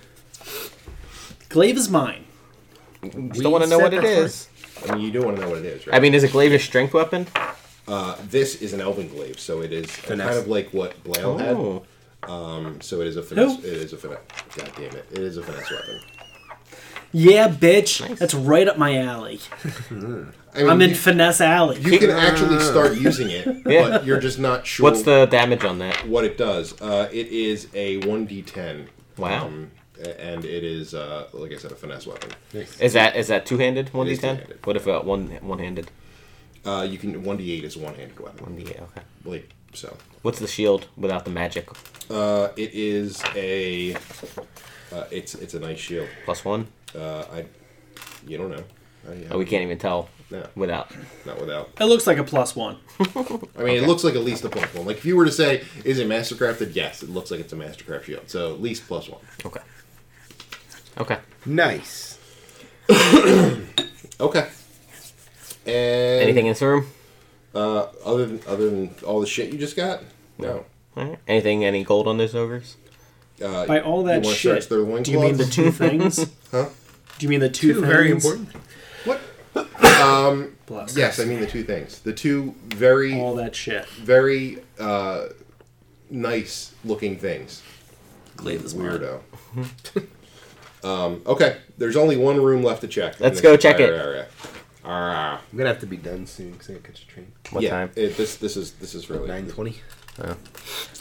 Speaker 4: Glaive is mine.
Speaker 2: You still want to know
Speaker 8: said
Speaker 2: what it
Speaker 8: that
Speaker 2: is?
Speaker 3: I mean, you do want to know what it is, right?
Speaker 2: I mean, is a glaive a strength weapon?
Speaker 3: uh, this is an elven glaive, so it is kind of like what Blail had. Um,
Speaker 2: Oh,
Speaker 3: So it is a finesse. It is a finesse. God damn it! It is a finesse weapon.
Speaker 4: Yeah, bitch. That's right up my alley.
Speaker 3: I mean,
Speaker 4: I'm in
Speaker 3: you,
Speaker 4: finesse alley.
Speaker 3: you can actually start using it,
Speaker 2: <laughs> Yeah.
Speaker 3: but you're just not sure
Speaker 2: what's the damage on that?
Speaker 3: what it does. Uh, it is a one d10.
Speaker 2: Wow.
Speaker 3: and it is, uh, like I said, a finesse weapon.
Speaker 2: Is that is that two handed? One
Speaker 3: It
Speaker 2: d
Speaker 3: is
Speaker 2: ten?
Speaker 3: two-handed.
Speaker 2: What if uh, one one handed?
Speaker 3: Uh, you can one d8 is a one-handed weapon.
Speaker 2: One d eight. Okay.
Speaker 3: Like so.
Speaker 2: What's the shield without the magic?
Speaker 3: Uh, it is a. Uh, it's it's a nice shield.
Speaker 2: Plus one.
Speaker 3: Uh, I, you don't know. I,
Speaker 2: Oh, we can't even tell
Speaker 3: No.
Speaker 2: without.
Speaker 3: Not without.
Speaker 9: It looks like a plus one.
Speaker 3: I mean, it looks like at least a plus one. Like if you were to say, is it mastercrafted? Yes, it looks like it's a mastercraft shield. So at least plus one.
Speaker 2: Okay. Okay.
Speaker 8: Nice.
Speaker 3: Okay. And
Speaker 2: Anything in this room?
Speaker 3: uh, other than other than all the shit you just got? No.
Speaker 2: All right. Anything? Any gold on those ogres?
Speaker 3: Uh,
Speaker 4: By all that
Speaker 3: you wanna
Speaker 4: shit,
Speaker 3: search their
Speaker 4: do you mean the
Speaker 3: loincloths?
Speaker 4: two things? Do
Speaker 3: <laughs> Huh?
Speaker 4: you mean the two, things?
Speaker 5: Very important.
Speaker 3: What?
Speaker 9: Plus.
Speaker 3: Yes, I mean the two things. The two very
Speaker 4: All that shit.
Speaker 3: very uh, nice looking things.
Speaker 9: Glaive is mine.
Speaker 3: Weirdo. <laughs> um, okay, there's only one room left to check. in
Speaker 2: Let's
Speaker 3: this
Speaker 2: go check
Speaker 3: entire
Speaker 2: it.
Speaker 3: Area. Ah,
Speaker 8: I'm gonna have to be done soon because I gotta catch a train.
Speaker 2: What
Speaker 3: yeah,
Speaker 2: time?
Speaker 3: it- this this is this is really
Speaker 8: Nine twenty.
Speaker 3: Um,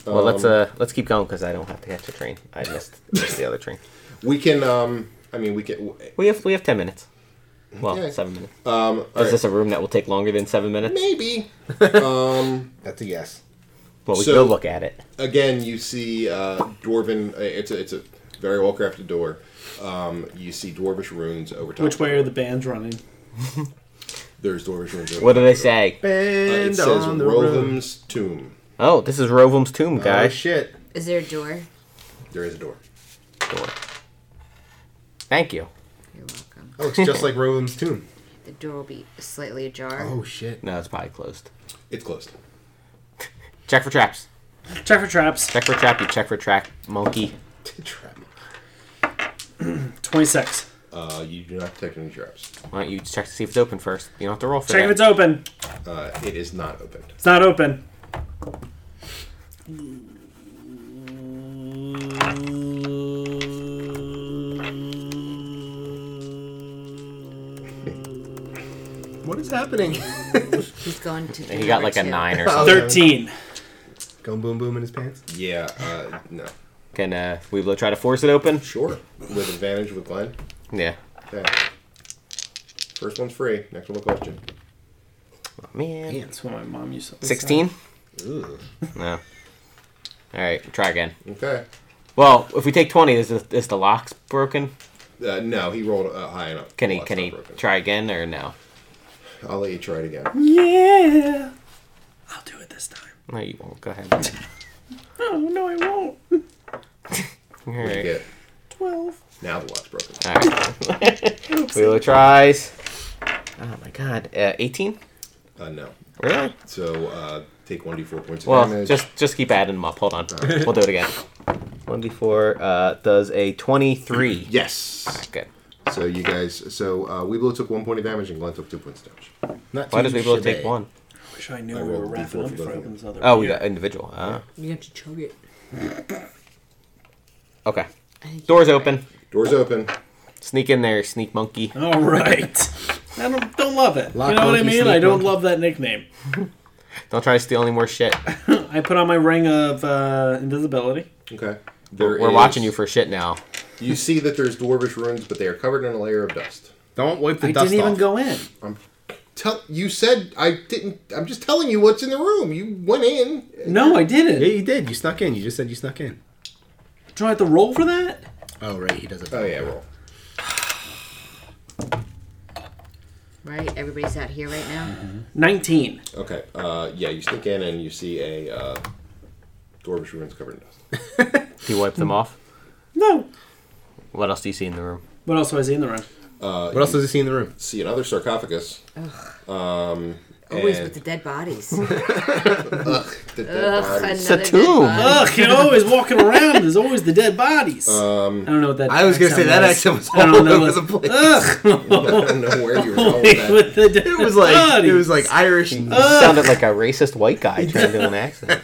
Speaker 2: well, let's uh let's keep going because I don't have to catch a train. I
Speaker 3: <laughs>
Speaker 2: missed, missed the other train.
Speaker 3: We can. Um, I mean, we can.
Speaker 2: We have we have ten minutes. Well,
Speaker 3: Okay.
Speaker 2: seven minutes.
Speaker 3: Um, all
Speaker 2: Is
Speaker 3: right.
Speaker 2: this a room that will take longer than seven minutes?
Speaker 3: maybe?
Speaker 8: That's a yes.
Speaker 2: Well, we
Speaker 3: So-
Speaker 2: go look at it.
Speaker 3: Again, you see uh, dwarven. uh, It's a it's a very well crafted door. Um, you see dwarvish runes over top.
Speaker 4: Which way
Speaker 3: of
Speaker 4: are
Speaker 3: it.
Speaker 4: the bands running?
Speaker 3: There's dwarvish runes. Over
Speaker 2: What do
Speaker 3: top
Speaker 2: they
Speaker 3: of it.
Speaker 2: say?
Speaker 3: Uh,
Speaker 8: And
Speaker 3: it says
Speaker 8: on the road.
Speaker 3: Roham's tomb.
Speaker 2: Oh, this is Rovum's tomb,
Speaker 8: Oh
Speaker 2: guys.
Speaker 8: shit.
Speaker 6: Is there a door?
Speaker 3: There is a door.
Speaker 2: Door. Thank you.
Speaker 6: You're welcome.
Speaker 8: That looks just like Roland's tomb.
Speaker 6: The door will be slightly ajar.
Speaker 8: Oh shit.
Speaker 2: No, it's probably closed.
Speaker 3: It's closed.
Speaker 2: Check for traps.
Speaker 4: Check for traps.
Speaker 2: Check for trap. You check for track, monkey.
Speaker 8: Trap.
Speaker 4: Twenty-six.
Speaker 3: Uh, you do not detect any traps.
Speaker 2: Why don't you check to see if it's open first? You don't have to roll for
Speaker 4: Check if
Speaker 2: that.
Speaker 4: it's open.
Speaker 3: Uh, it is not opened.
Speaker 4: It's not open.
Speaker 8: What is happening?
Speaker 6: He's going to.
Speaker 2: And he got like a nine or something.
Speaker 4: Thirteen.
Speaker 8: Oh, Going boom boom in his pants.
Speaker 3: Yeah. Uh, no.
Speaker 2: Can uh, we try to force it open?
Speaker 3: Sure. With advantage with Glenn.
Speaker 2: Yeah.
Speaker 3: Okay. First one's free. Next one will cost you.
Speaker 2: Man.
Speaker 9: That's what my mom used to.
Speaker 2: 16?
Speaker 3: Ooh.
Speaker 2: No. Alright, try again.
Speaker 3: Okay.
Speaker 2: Well, if we take 20, is the, is the lock's broken?
Speaker 3: Uh, no, he rolled uh, high enough.
Speaker 2: Can he,
Speaker 3: Lock's
Speaker 2: can
Speaker 3: not
Speaker 2: he
Speaker 3: broken.
Speaker 2: try again or no?
Speaker 3: I'll let you try it again.
Speaker 9: Yeah. I'll do it this time.
Speaker 2: No, you won't. Go ahead.
Speaker 9: Oh no, I won't.
Speaker 3: You
Speaker 2: Alright.
Speaker 3: get-
Speaker 9: Twelve.
Speaker 3: Now the lock's broken.
Speaker 2: Alright. Wheeler tries. Oh my god. Uh, 18?
Speaker 3: Uh, no.
Speaker 2: Really?
Speaker 3: So uh, take 1d4 points of
Speaker 2: Well,
Speaker 3: damage.
Speaker 2: just just keep adding them up. Hold on. We'll do it again. 1d4 uh, does a 23.
Speaker 3: Yes.
Speaker 2: Good.
Speaker 3: So you guys, so uh, Weeblo took one point of damage and Glenn took two points of damage.
Speaker 8: Not
Speaker 2: Why
Speaker 8: too
Speaker 2: does we both
Speaker 8: shabby.
Speaker 2: take one?
Speaker 9: Wish I knew
Speaker 3: I
Speaker 9: we were
Speaker 3: rolled a
Speaker 9: wrapping
Speaker 3: D4
Speaker 9: up
Speaker 3: for
Speaker 9: before
Speaker 3: both
Speaker 9: I
Speaker 3: of
Speaker 9: opened this other.
Speaker 2: Oh, we got individual. Uh,
Speaker 6: You have to chug it.
Speaker 2: okay. Doors open.
Speaker 3: Doors open.
Speaker 2: Sneak in there, sneak monkey.
Speaker 8: <laughs>
Speaker 4: All right. I don't, don't love it.
Speaker 8: Lock
Speaker 4: you know what I
Speaker 8: monkey,
Speaker 4: mean?
Speaker 8: sneak
Speaker 4: I don't
Speaker 8: monkey.
Speaker 4: love that nickname.
Speaker 2: Don't try to steal any more shit.
Speaker 4: I put on my ring of uh, invisibility.
Speaker 3: Okay. There
Speaker 2: We're, we're
Speaker 3: is-
Speaker 2: watching you for shit now.
Speaker 3: You see that there's dwarvish ruins, but they are covered in a layer of dust.
Speaker 5: Don't wipe the
Speaker 9: I
Speaker 5: dust
Speaker 9: didn't even
Speaker 5: off.
Speaker 9: go in.
Speaker 3: Tell you said I didn't. I'm just telling you what's in the room. You went in.
Speaker 9: No, I
Speaker 8: Yeah,
Speaker 9: didn't.
Speaker 8: you did. You snuck in. You just said you snuck in.
Speaker 9: Do I have to roll for that?
Speaker 8: Oh right, he doesn't.
Speaker 3: Oh yeah, roll.
Speaker 6: Right? Everybody's out here right now.
Speaker 9: Nineteen.
Speaker 3: Okay. Uh, yeah, you sneak in and you see a uh, dwarvish ruins covered in dust.
Speaker 2: Do you wipe them off?
Speaker 9: No.
Speaker 2: What else do you see in the room?
Speaker 9: What else was in the room?
Speaker 8: What else does he see in the room?
Speaker 3: See another sarcophagus. Um,
Speaker 6: Always
Speaker 3: and- <laughs>
Speaker 6: with the dead bodies.
Speaker 3: Ugh, the dead
Speaker 6: Ugh,
Speaker 3: bodies.
Speaker 6: another dead
Speaker 2: tomb.
Speaker 6: body.
Speaker 4: Ugh, you're always walking around. There's always the dead bodies. I don't know what that.
Speaker 8: Um, I was gonna say that accent was
Speaker 4: I
Speaker 8: all
Speaker 4: don't know
Speaker 8: over the
Speaker 4: what- <laughs> Uh,
Speaker 8: place.
Speaker 3: <laughs> I don't know where you were going with that.
Speaker 4: with the dead
Speaker 8: It was like
Speaker 4: bodies.
Speaker 8: it was like Irish. and-
Speaker 2: You sounded like a racist white guy trying to do an accent.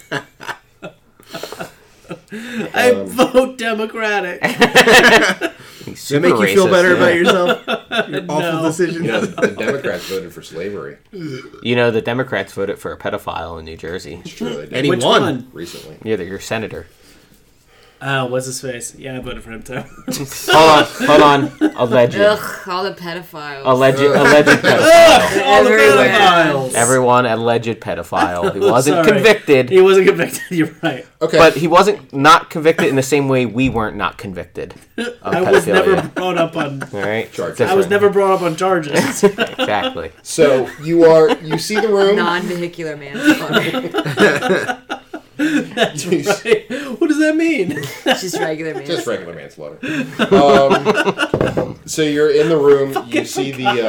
Speaker 4: I
Speaker 8: um,
Speaker 4: vote Democratic.
Speaker 2: He's
Speaker 8: Does that
Speaker 2: super
Speaker 8: make you feel
Speaker 2: racist,
Speaker 8: better
Speaker 2: yeah.
Speaker 8: about
Speaker 4: <laughs>
Speaker 8: yourself? Your awful
Speaker 4: No.
Speaker 8: decision.
Speaker 3: You
Speaker 8: <laughs>
Speaker 3: know, <laughs> the Democrats voted for slavery.
Speaker 2: You know, the Democrats voted for a pedophile in New Jersey.
Speaker 3: It's true, they did.
Speaker 8: And <laughs> he
Speaker 4: Which
Speaker 8: won.
Speaker 4: one?
Speaker 3: recently.
Speaker 2: Yeah, they're your senator.
Speaker 4: Oh, what's his face? Yeah, I voted for him too.
Speaker 2: <laughs> Hold on, hold on. Alleged.
Speaker 6: Ugh, all the pedophiles.
Speaker 2: Alleged, alleged pedophile.
Speaker 8: Oh.
Speaker 4: <laughs>
Speaker 6: They're
Speaker 4: All the
Speaker 6: everywhere.
Speaker 4: pedophiles.
Speaker 2: Everyone alleged pedophile. He wasn't
Speaker 4: Sorry.
Speaker 2: convicted,
Speaker 4: He wasn't convicted. <laughs> You're right.
Speaker 3: Okay.
Speaker 2: but he wasn't not convicted in the same way we weren't not convicted of
Speaker 4: I was never
Speaker 2: pedophilia.
Speaker 4: brought
Speaker 2: <laughs>
Speaker 4: up on.
Speaker 2: All right,
Speaker 3: Charges.
Speaker 4: I was
Speaker 2: Different.
Speaker 4: never brought up on
Speaker 2: <laughs>
Speaker 4: charges. <laughs>
Speaker 2: exactly.
Speaker 3: <laughs> so you are you see the room.
Speaker 6: Non-vehicular manslaughter.
Speaker 3: <laughs> You s-
Speaker 4: Right? What does that
Speaker 2: <laughs>
Speaker 4: mean? <laughs>
Speaker 6: Just regular manslaughter.
Speaker 3: Just regular manslaughter. Um, so you're in the room. You see the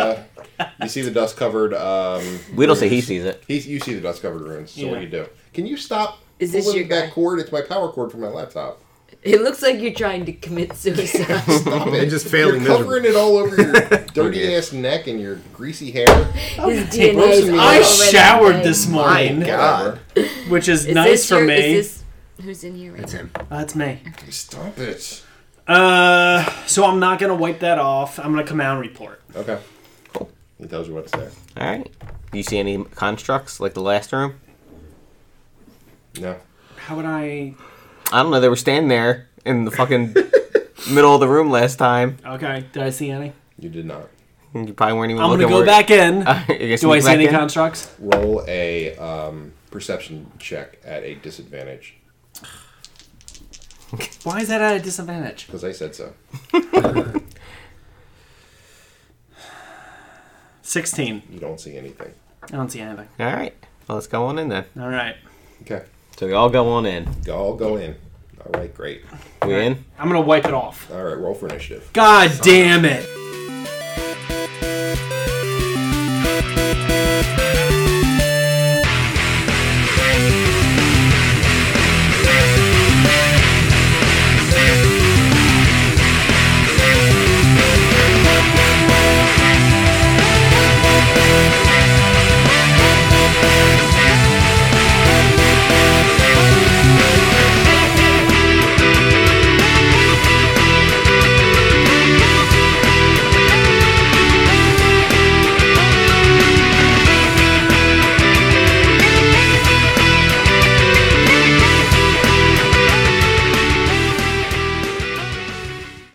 Speaker 3: uh, you see the dust covered. Um,
Speaker 2: We don't say he sees it.
Speaker 3: he, you see the dust covered ruins. So what
Speaker 4: Yeah.
Speaker 3: do you do? Can you stop?
Speaker 6: Is this
Speaker 3: pulling
Speaker 6: your
Speaker 3: that
Speaker 6: guy?
Speaker 3: cord? It's my power cord for my laptop.
Speaker 6: It looks like you're trying to commit suicide.
Speaker 3: Stop it!
Speaker 8: And just failing
Speaker 3: You're covering it all over your dirty ass neck and your greasy hair.
Speaker 6: His DNA
Speaker 3: Rosie,
Speaker 6: is all
Speaker 4: I
Speaker 6: over the
Speaker 4: showered
Speaker 6: place.
Speaker 4: this morning,
Speaker 3: God,
Speaker 4: which is,
Speaker 6: Is
Speaker 4: nice
Speaker 6: this
Speaker 4: for
Speaker 6: your-
Speaker 4: me. Oh,
Speaker 6: Is this, who's in here right now?
Speaker 4: That's me.
Speaker 3: stop it.
Speaker 4: Uh, so I'm not gonna wipe that off. I'm gonna come out and report.
Speaker 3: Okay. He tells you what's there.
Speaker 2: All right. Do you see any constructs like the last room?
Speaker 3: No.
Speaker 9: How would I?
Speaker 2: I don't know. They were standing there in the <laughs> fucking middle of the room last time.
Speaker 4: Okay. Did I see any?
Speaker 3: You did not.
Speaker 2: and You probably weren't even
Speaker 4: I'm gonna
Speaker 2: looking. <laughs>
Speaker 4: go back in. Do I see any
Speaker 2: constructs?
Speaker 4: constructs?
Speaker 3: Roll a um, perception check at a disadvantage
Speaker 9: Why is that at a disadvantage?
Speaker 3: because I said so.
Speaker 4: Sixteen.
Speaker 3: You don't see anything.
Speaker 9: I don't see anything.
Speaker 2: All right. Well, let's go on in then.
Speaker 4: All right.
Speaker 3: Okay.
Speaker 2: So we all go on in.
Speaker 3: Go- All go in. All right, great.
Speaker 2: We in?
Speaker 4: I'm gonna wipe it off.
Speaker 3: All right, roll for initiative.
Speaker 4: God damn it.